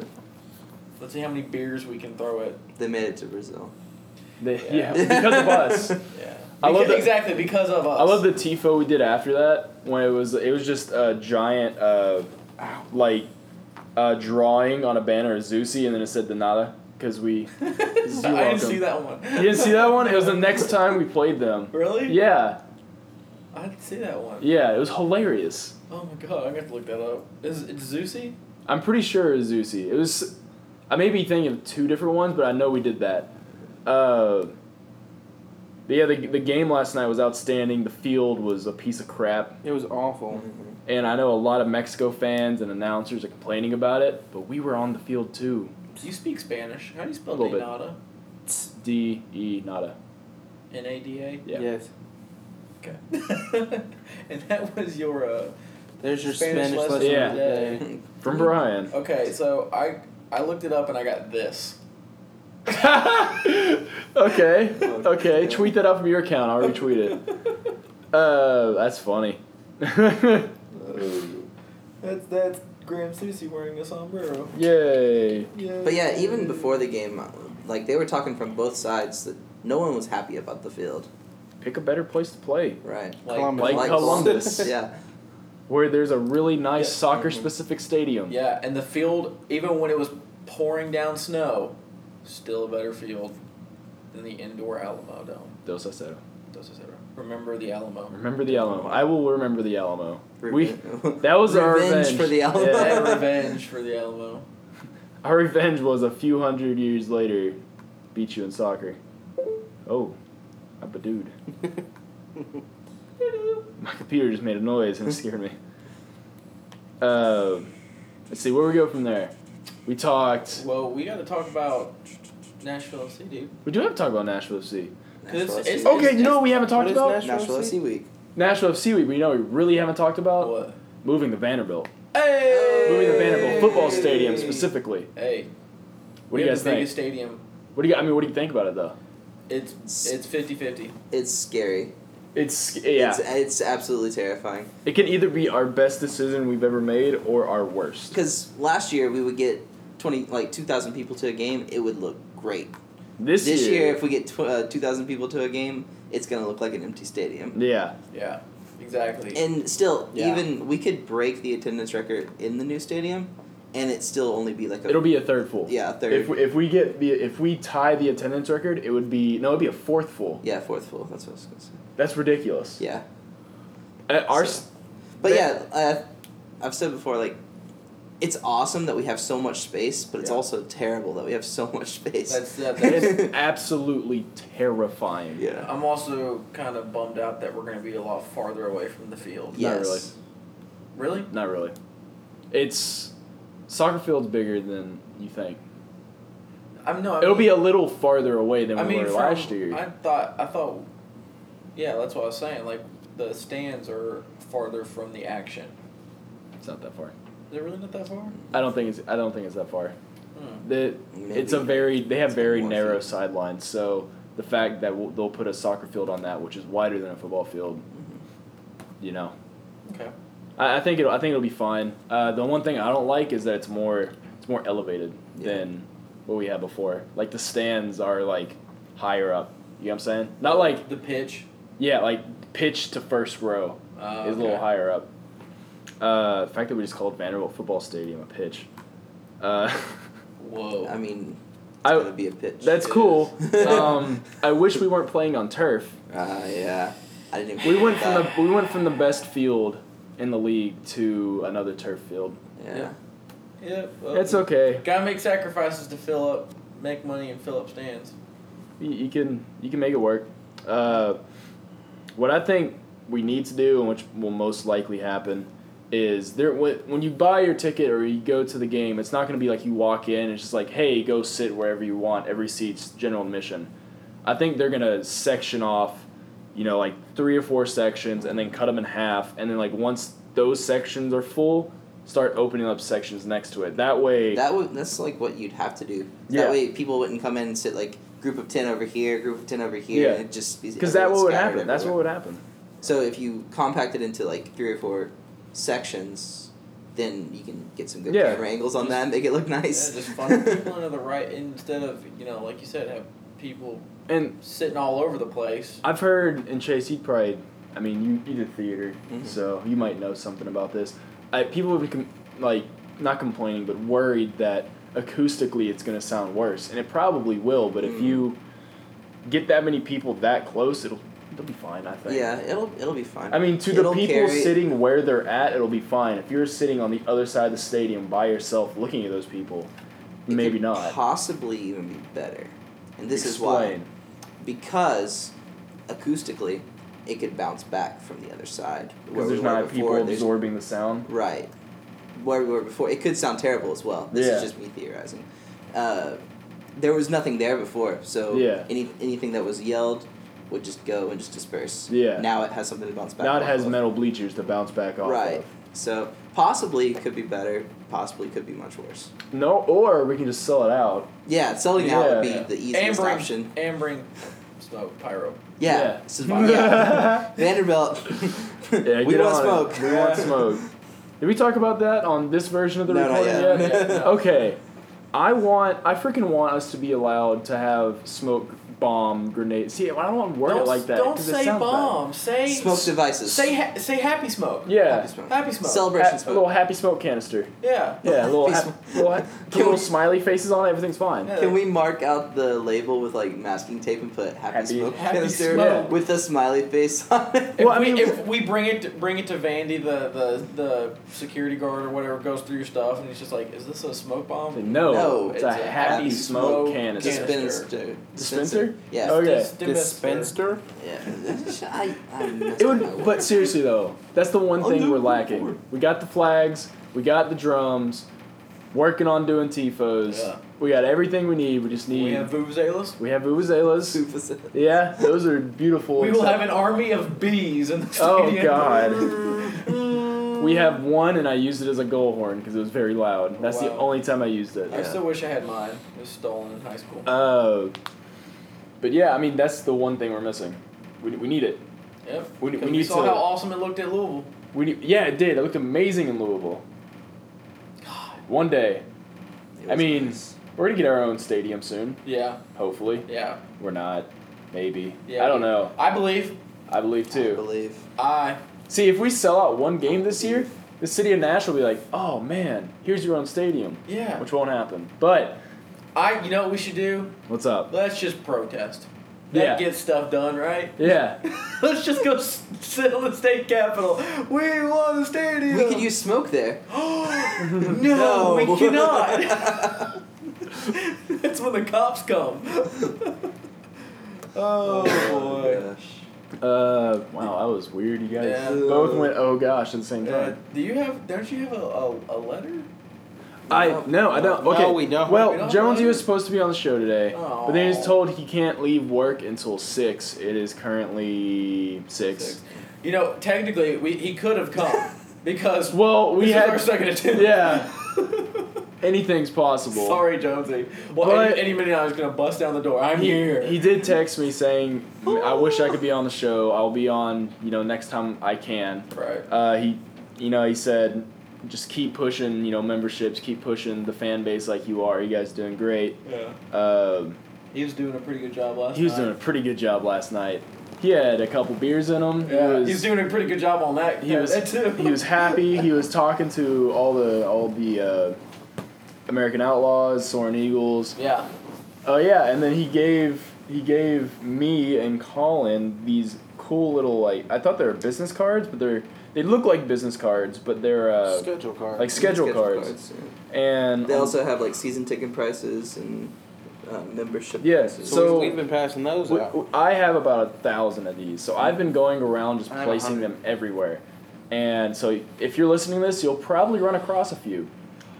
[SPEAKER 4] Let's see how many beers we can throw at.
[SPEAKER 3] they made it to Brazil.
[SPEAKER 1] They-
[SPEAKER 4] Yeah.
[SPEAKER 1] yeah. because of us.
[SPEAKER 4] Yeah,
[SPEAKER 1] I love
[SPEAKER 4] Beca-
[SPEAKER 1] that-
[SPEAKER 4] exactly because of us.
[SPEAKER 1] I love the tifo we did after that when it was it was just a giant uh like uh drawing on a banner of Zusi and then it said Donata because we
[SPEAKER 4] I
[SPEAKER 1] welcome.
[SPEAKER 4] didn't see that one.
[SPEAKER 1] you didn't see that one it was the next time we played them
[SPEAKER 4] Really?
[SPEAKER 1] yeah
[SPEAKER 4] I didn't see that one.
[SPEAKER 1] yeah it was hilarious
[SPEAKER 4] Oh my god, I'm gonna have to look that up. Is it Zusi?
[SPEAKER 1] I'm pretty sure it was Zusi it was I may be thinking of two different ones but I know we did that uh but yeah the, the game last night was outstanding the field was a piece of crap
[SPEAKER 2] it was awful.
[SPEAKER 1] And I know a lot of Mexico fans and announcers are complaining about it, but we were on the field too.
[SPEAKER 4] You speak Spanish. How do you
[SPEAKER 1] A
[SPEAKER 4] spell
[SPEAKER 1] little bit.
[SPEAKER 4] Nada?
[SPEAKER 1] D E nada.
[SPEAKER 4] N A D A?
[SPEAKER 1] Yeah.
[SPEAKER 2] Yes.
[SPEAKER 4] Okay. and that was your, uh.
[SPEAKER 2] There's your
[SPEAKER 4] Spanish
[SPEAKER 2] Spanish,
[SPEAKER 4] lesson
[SPEAKER 2] lesson
[SPEAKER 1] Yeah.
[SPEAKER 2] today.
[SPEAKER 1] From Brian.
[SPEAKER 4] Okay, so I I looked it up and I got this.
[SPEAKER 1] okay. Okay. Tweet that out from your account. I'll retweet it. Uh, that's funny.
[SPEAKER 4] That's, that's Graham Susi wearing a sombrero.
[SPEAKER 1] Yay.
[SPEAKER 4] Yeah.
[SPEAKER 3] But yeah, even before the game, uh, like they were talking from both sides that no one was happy about the field.
[SPEAKER 1] Pick a better place to play.
[SPEAKER 3] Right.
[SPEAKER 4] Like,
[SPEAKER 2] Columbus.
[SPEAKER 1] Like
[SPEAKER 3] Like
[SPEAKER 1] Columbus.
[SPEAKER 3] yeah.
[SPEAKER 1] Where there's a really nice
[SPEAKER 4] Yeah.
[SPEAKER 1] soccer specific stadium.
[SPEAKER 4] Yeah, and the field, even when it was pouring down snow, still a better field than the indoor Alamo Dome.
[SPEAKER 1] Dos Acero.
[SPEAKER 4] Dos Acero. Remember the Alamo.
[SPEAKER 1] Remember the Alamo. I will remember the Alamo. We
[SPEAKER 3] Reven-
[SPEAKER 1] that was our
[SPEAKER 3] Revenge for the Alamo.
[SPEAKER 1] Yeah.
[SPEAKER 4] And revenge for the Alamo.
[SPEAKER 1] Our revenge was a few hundred years later, beat you in soccer. Oh, I'm a dude. My computer just made a noise and it scared me. Um, let's see where we go from there. We talked.
[SPEAKER 4] Well, we got to talk about Nashville FC, dude.
[SPEAKER 1] We do have to talk about Nashville FC.
[SPEAKER 3] Nashville
[SPEAKER 4] It's- it's-
[SPEAKER 3] FC.
[SPEAKER 1] Okay, you know what we haven't
[SPEAKER 2] What
[SPEAKER 1] talked
[SPEAKER 2] is
[SPEAKER 1] about?
[SPEAKER 2] Nashville?
[SPEAKER 3] Nashville FC week.
[SPEAKER 1] Nashville FC week. We know we really haven't talked about
[SPEAKER 4] What?
[SPEAKER 1] moving the Vanderbilt,
[SPEAKER 4] Hey!
[SPEAKER 1] moving the Vanderbilt football stadium specifically.
[SPEAKER 4] Hey,
[SPEAKER 1] What
[SPEAKER 4] we
[SPEAKER 1] do you
[SPEAKER 4] have
[SPEAKER 1] guys
[SPEAKER 4] the biggest
[SPEAKER 1] think?
[SPEAKER 4] stadium.
[SPEAKER 1] What do you? I mean, what do you think about it though?
[SPEAKER 4] It's it's 50-50.
[SPEAKER 3] It's scary.
[SPEAKER 1] It's yeah.
[SPEAKER 3] It's, it's absolutely terrifying.
[SPEAKER 1] It can either be our best decision we've ever made or our worst.
[SPEAKER 3] Because last year we would get twenty, like two thousand people to a game. It would look great.
[SPEAKER 1] This,
[SPEAKER 3] This, year, if we get tw- uh, two thousand people to a game, it's gonna look like an empty stadium.
[SPEAKER 1] yeah,
[SPEAKER 4] Yeah, exactly.
[SPEAKER 3] And still,
[SPEAKER 1] Yeah.
[SPEAKER 3] even we could break the attendance record in the new stadium, and it still only be like a
[SPEAKER 1] it'll be a third full.
[SPEAKER 3] yeah a third
[SPEAKER 1] If we, if we get the if we tie the attendance record, it would be no, it'd be a fourth full.
[SPEAKER 3] yeah fourth full. That's what I was gonna say.
[SPEAKER 1] That's ridiculous.
[SPEAKER 3] Yeah,
[SPEAKER 1] Uh, our
[SPEAKER 3] So-
[SPEAKER 1] s-
[SPEAKER 3] but
[SPEAKER 1] They-
[SPEAKER 3] yeah, uh, I've said before like. It's awesome that we have so much space, but it's
[SPEAKER 4] Yeah.
[SPEAKER 3] also terrible that we have so much space.
[SPEAKER 4] That's- that-
[SPEAKER 1] it's absolutely terrifying.
[SPEAKER 3] yeah.
[SPEAKER 4] I'm also kind of bummed out that we're going to be a lot farther away from the field.
[SPEAKER 1] Yeah.
[SPEAKER 3] yes.
[SPEAKER 1] Not really.
[SPEAKER 4] Really?
[SPEAKER 1] Not really. It's soccer field's bigger than you think.
[SPEAKER 4] I'm no. I
[SPEAKER 1] It'll
[SPEAKER 4] mean,
[SPEAKER 1] be a little farther away than
[SPEAKER 4] I
[SPEAKER 1] we
[SPEAKER 4] mean,
[SPEAKER 1] were
[SPEAKER 4] from-
[SPEAKER 1] last year.
[SPEAKER 4] I thought. I thought. Yeah, that's what I was saying. Like the stands are farther from the action.
[SPEAKER 1] it's not that far.
[SPEAKER 4] Is it really not that far?
[SPEAKER 1] I don't think it's I don't think it's that far.
[SPEAKER 4] Hmm.
[SPEAKER 1] The,
[SPEAKER 3] Maybe.
[SPEAKER 1] it's a very they have
[SPEAKER 3] It's
[SPEAKER 1] very
[SPEAKER 3] more
[SPEAKER 1] narrow
[SPEAKER 3] feet.
[SPEAKER 1] sidelines, so the fact that we'll, they'll put a soccer field on that, which is wider than a football field,
[SPEAKER 3] Mm-hmm.
[SPEAKER 1] you know,
[SPEAKER 4] Okay.
[SPEAKER 1] I, I think it'll I think it'll be fine. Uh, the one thing I don't like is that it's more it's more elevated
[SPEAKER 3] Yeah.
[SPEAKER 1] than what we had before. Like the stands are like higher up. You know what I'm saying? Not like
[SPEAKER 4] the pitch.
[SPEAKER 1] yeah, like pitch to first row
[SPEAKER 4] Uh,
[SPEAKER 1] is a little
[SPEAKER 4] okay.
[SPEAKER 1] higher up. Uh, the fact that we just called Vanderbilt Football Stadium a pitch. Uh,
[SPEAKER 4] Whoa.
[SPEAKER 3] I mean, it's
[SPEAKER 1] I-
[SPEAKER 3] gonna be a pitch.
[SPEAKER 1] That's
[SPEAKER 4] It
[SPEAKER 1] cool.
[SPEAKER 3] is.
[SPEAKER 1] um, I wish we weren't playing on turf.
[SPEAKER 3] Ah, yeah. I didn't even.
[SPEAKER 1] We went
[SPEAKER 3] think
[SPEAKER 1] from
[SPEAKER 3] about
[SPEAKER 1] the we went from the best field in the league to another turf field.
[SPEAKER 3] that. Yeah.
[SPEAKER 4] Yeah. yeah. Well,
[SPEAKER 1] It's okay.
[SPEAKER 4] Gotta make sacrifices to fill up, make money, and fill up stands.
[SPEAKER 1] You, you can you can make it work. Uh, what I think we need to do, and which will most likely happen, is there when, when you buy your ticket or you go to the game, it's not going to be like you walk in. It's just like, hey, go sit wherever you want. Every seat's general admission. I think they're going to section off, you know, like three or four sections, and then cut them in half, and then like once those sections are full, start opening up sections next to it. That way,
[SPEAKER 3] That would. That's like what you'd have to do.
[SPEAKER 1] Yeah.
[SPEAKER 3] That way, people wouldn't come in and sit like group of ten over here, group of ten over here.
[SPEAKER 1] Yeah.
[SPEAKER 3] and it just be
[SPEAKER 1] because that
[SPEAKER 3] everyone's
[SPEAKER 1] what would
[SPEAKER 3] scattered
[SPEAKER 1] happen. That's what
[SPEAKER 3] everywhere.
[SPEAKER 1] would happen.
[SPEAKER 3] So if you compact it into like three or four sections, then you can get some good
[SPEAKER 1] Yeah.
[SPEAKER 3] camera angles on that and make it look nice.
[SPEAKER 4] Yeah, just funnel people into the right instead of you know, like you said, have people
[SPEAKER 1] And
[SPEAKER 4] sitting all over the place.
[SPEAKER 1] I've heard, and Chase, you probably, I mean, you, you did theater,
[SPEAKER 3] Mhm.
[SPEAKER 1] so you might know something about this. I, people would be, com- like, not complaining, but worried that acoustically it's going to sound worse. And it probably will, but if
[SPEAKER 3] Mm.
[SPEAKER 1] you get that many people that close, it'll, it'll be fine, I think.
[SPEAKER 3] yeah, it'll it'll be fine.
[SPEAKER 1] I mean, to the
[SPEAKER 3] It'll
[SPEAKER 1] people
[SPEAKER 3] carry-
[SPEAKER 1] sitting where they're at, it'll be fine. If you're sitting on the other side of the stadium by yourself looking at those people,
[SPEAKER 3] It
[SPEAKER 1] maybe
[SPEAKER 3] could
[SPEAKER 1] not.
[SPEAKER 3] Possibly even be better, and this is why.
[SPEAKER 1] Explain.
[SPEAKER 3] because acoustically it could bounce back from the other side where
[SPEAKER 1] Because there's
[SPEAKER 3] we were
[SPEAKER 1] not people
[SPEAKER 3] before there's-
[SPEAKER 1] absorbing the sound.
[SPEAKER 3] right where we were before it could sound terrible as well this
[SPEAKER 1] Yeah.
[SPEAKER 3] is just me theorizing uh, there was nothing there before so
[SPEAKER 1] Yeah.
[SPEAKER 3] any, anything that was yelled would just go and just disperse
[SPEAKER 1] Yeah.
[SPEAKER 3] now it has something to bounce back
[SPEAKER 1] Now it
[SPEAKER 3] off
[SPEAKER 1] has
[SPEAKER 3] of.
[SPEAKER 1] metal bleachers to bounce back off
[SPEAKER 3] right
[SPEAKER 1] of.
[SPEAKER 3] so possibly could be better possibly could be much worse
[SPEAKER 1] No, or we can just sell it out.
[SPEAKER 3] yeah selling out would be
[SPEAKER 1] Yeah.
[SPEAKER 3] the
[SPEAKER 4] and
[SPEAKER 3] easiest
[SPEAKER 4] bring,
[SPEAKER 3] option
[SPEAKER 4] And bring smoke pyro.
[SPEAKER 3] yeah,
[SPEAKER 1] Yeah.
[SPEAKER 3] So- yeah. Vanderbilt
[SPEAKER 1] Yeah,
[SPEAKER 3] we
[SPEAKER 1] get
[SPEAKER 3] want
[SPEAKER 1] on
[SPEAKER 3] smoke
[SPEAKER 1] it. We want smoke. Did we talk about that on this version of the
[SPEAKER 3] No, not
[SPEAKER 1] recording
[SPEAKER 3] yet.
[SPEAKER 4] Yeah, no.
[SPEAKER 1] Okay. I want, I freaking want us to be allowed to have smoke bomb grenades. See, I don't want to word it
[SPEAKER 4] Don't,
[SPEAKER 1] like that.
[SPEAKER 4] don't
[SPEAKER 1] 'cause it
[SPEAKER 4] say
[SPEAKER 1] sounds bad.
[SPEAKER 4] bomb. Say
[SPEAKER 3] Smoke devices.
[SPEAKER 4] Say ha- say happy smoke.
[SPEAKER 1] Yeah,
[SPEAKER 4] Happy smoke.
[SPEAKER 3] Celebration
[SPEAKER 1] Ha- a
[SPEAKER 3] smoke.
[SPEAKER 1] little happy smoke canister.
[SPEAKER 4] Yeah.
[SPEAKER 1] Yeah, a little,
[SPEAKER 3] Happy
[SPEAKER 1] hap-
[SPEAKER 3] smoke.
[SPEAKER 1] little, ha- put
[SPEAKER 3] Can
[SPEAKER 1] little
[SPEAKER 3] we-
[SPEAKER 1] smiley faces on it. Everything's fine.
[SPEAKER 4] Yeah.
[SPEAKER 3] Can we mark out the label with like masking tape and put happy,
[SPEAKER 1] Happy-
[SPEAKER 3] smoke
[SPEAKER 4] Happy
[SPEAKER 3] canister
[SPEAKER 1] smoke.
[SPEAKER 3] with a smiley face on it?
[SPEAKER 4] If
[SPEAKER 1] Well, I
[SPEAKER 4] we,
[SPEAKER 1] mean-
[SPEAKER 4] if we bring it to, bring it to Vandy, the, the the security guard or whatever goes through your stuff, and he's just like, "Is this a smoke bomb?"
[SPEAKER 1] No,
[SPEAKER 3] No,
[SPEAKER 1] it's, a, happy, smoke, canister.
[SPEAKER 4] canister.
[SPEAKER 3] Dispenser.
[SPEAKER 1] Dispenser?
[SPEAKER 3] Yeah.
[SPEAKER 1] Okay.
[SPEAKER 4] Dis- dispenser.
[SPEAKER 3] yeah. I, I messed
[SPEAKER 1] It
[SPEAKER 3] up my
[SPEAKER 1] would,
[SPEAKER 3] word.
[SPEAKER 1] but seriously though, that's the one
[SPEAKER 3] Oh,
[SPEAKER 1] thing
[SPEAKER 3] no,
[SPEAKER 1] we're
[SPEAKER 3] no,
[SPEAKER 1] lacking.
[SPEAKER 3] no.
[SPEAKER 1] We got the flags, we got the drums, working on doing tifos.
[SPEAKER 4] Yeah.
[SPEAKER 1] We got everything we need. We just need.
[SPEAKER 4] We have vuvuzelas.
[SPEAKER 1] we have vuvuzelas.
[SPEAKER 3] Super sad.
[SPEAKER 1] Yeah, those are beautiful.
[SPEAKER 4] We will
[SPEAKER 1] except-
[SPEAKER 4] have an army of bees in the
[SPEAKER 1] Oh,
[SPEAKER 4] stadium. God.
[SPEAKER 1] we have one, and I used it as a goal horn because it was very loud. That's the
[SPEAKER 4] Oh, Wow.
[SPEAKER 1] only time I used it.
[SPEAKER 4] I still wish I had mine. It was stolen in high school.
[SPEAKER 1] Oh. but yeah, I mean that's the one thing we're missing. We, we need it.
[SPEAKER 4] Yep.
[SPEAKER 1] we- we
[SPEAKER 4] 'Cause
[SPEAKER 1] need
[SPEAKER 4] saw
[SPEAKER 1] to-
[SPEAKER 4] how awesome it looked at Louisville.
[SPEAKER 1] We need, yeah, it did. It looked amazing in Louisville.
[SPEAKER 4] God.
[SPEAKER 1] One day,
[SPEAKER 3] It
[SPEAKER 1] I
[SPEAKER 3] was
[SPEAKER 1] mean,
[SPEAKER 3] nice.
[SPEAKER 1] we're gonna get our own stadium soon.
[SPEAKER 4] Yeah.
[SPEAKER 1] Hopefully.
[SPEAKER 4] Yeah.
[SPEAKER 1] We're not. Maybe.
[SPEAKER 4] Yeah.
[SPEAKER 1] I don't know.
[SPEAKER 4] I believe.
[SPEAKER 1] I believe
[SPEAKER 3] I
[SPEAKER 1] too.
[SPEAKER 3] believe.
[SPEAKER 4] I.
[SPEAKER 1] See, if we sell out one game this year, the city of Nash will be like, oh man, here's your own stadium.
[SPEAKER 4] Yeah.
[SPEAKER 1] Which won't happen. But,
[SPEAKER 4] I. You know what we should do?
[SPEAKER 1] what's up?
[SPEAKER 4] Let's just protest.
[SPEAKER 1] Yeah.
[SPEAKER 4] That gets stuff done, right?
[SPEAKER 1] Yeah.
[SPEAKER 4] Let's just go s- sit on the state capitol. We want the stadium.
[SPEAKER 3] We could use smoke there.
[SPEAKER 4] no,
[SPEAKER 3] No. Oh,
[SPEAKER 4] we cannot. That's when the cops come. oh boy.
[SPEAKER 3] gosh.
[SPEAKER 1] Uh, wow, that was weird. You guys
[SPEAKER 4] Yeah.
[SPEAKER 1] both went, oh gosh, at the same
[SPEAKER 4] Uh,
[SPEAKER 1] time.
[SPEAKER 4] do you have? Don't you have a, a, a letter?
[SPEAKER 1] I, no, I don't.
[SPEAKER 2] No,
[SPEAKER 1] Okay.
[SPEAKER 2] we don't.
[SPEAKER 1] Well,
[SPEAKER 4] We don't
[SPEAKER 1] Jonesy
[SPEAKER 4] know.
[SPEAKER 1] was supposed to be on the show today, but then he's
[SPEAKER 4] Aw.
[SPEAKER 1] told he can't leave work until 6. It is currently 6.
[SPEAKER 4] Six. You know, technically, we he could have come because
[SPEAKER 1] Well, we
[SPEAKER 4] this
[SPEAKER 1] had.
[SPEAKER 4] is our second attempt.
[SPEAKER 1] yeah. Anything's possible.
[SPEAKER 4] Sorry, Jonesy. Well,
[SPEAKER 1] But-
[SPEAKER 4] any, any minute I was gonna bust down the door. I'm
[SPEAKER 1] he,
[SPEAKER 4] here.
[SPEAKER 1] He did text me saying, "I wish I could be on the show. I'll be on, you know, next time I can."
[SPEAKER 4] right.
[SPEAKER 1] Uh, he, you know, he said, "Just keep pushing, you know, memberships. Keep pushing the fan base like you are. You guys doing great."
[SPEAKER 4] Yeah.
[SPEAKER 1] Um
[SPEAKER 4] He was doing a pretty good job last.
[SPEAKER 1] he was
[SPEAKER 4] night.
[SPEAKER 1] doing a pretty good job last night. He had a couple beers in him.
[SPEAKER 4] Yeah,
[SPEAKER 1] He was,
[SPEAKER 4] he's doing a pretty good job on that.
[SPEAKER 1] he was
[SPEAKER 4] that too.
[SPEAKER 1] he was happy. He was talking to all the all the uh, American Outlaws, Soaring Eagles.
[SPEAKER 4] Yeah.
[SPEAKER 1] Oh yeah, and then he gave he gave me and Colin these cool little like I thought they were business cards, but they're they look like business cards, but they're uh,
[SPEAKER 2] Schedule card.
[SPEAKER 1] like schedule, cards.
[SPEAKER 3] yeah.
[SPEAKER 1] And
[SPEAKER 3] They also have like season ticket prices and uh, membership.
[SPEAKER 1] Yeah,
[SPEAKER 3] prices.
[SPEAKER 1] so-
[SPEAKER 2] we've, we've been passing those
[SPEAKER 1] w-
[SPEAKER 2] out.
[SPEAKER 1] w- I have about a thousand of these, so I've been going around just
[SPEAKER 2] Hmm. I have a
[SPEAKER 1] placing
[SPEAKER 2] hundred.
[SPEAKER 1] them everywhere. And so if you're listening to this, you'll probably run across a few.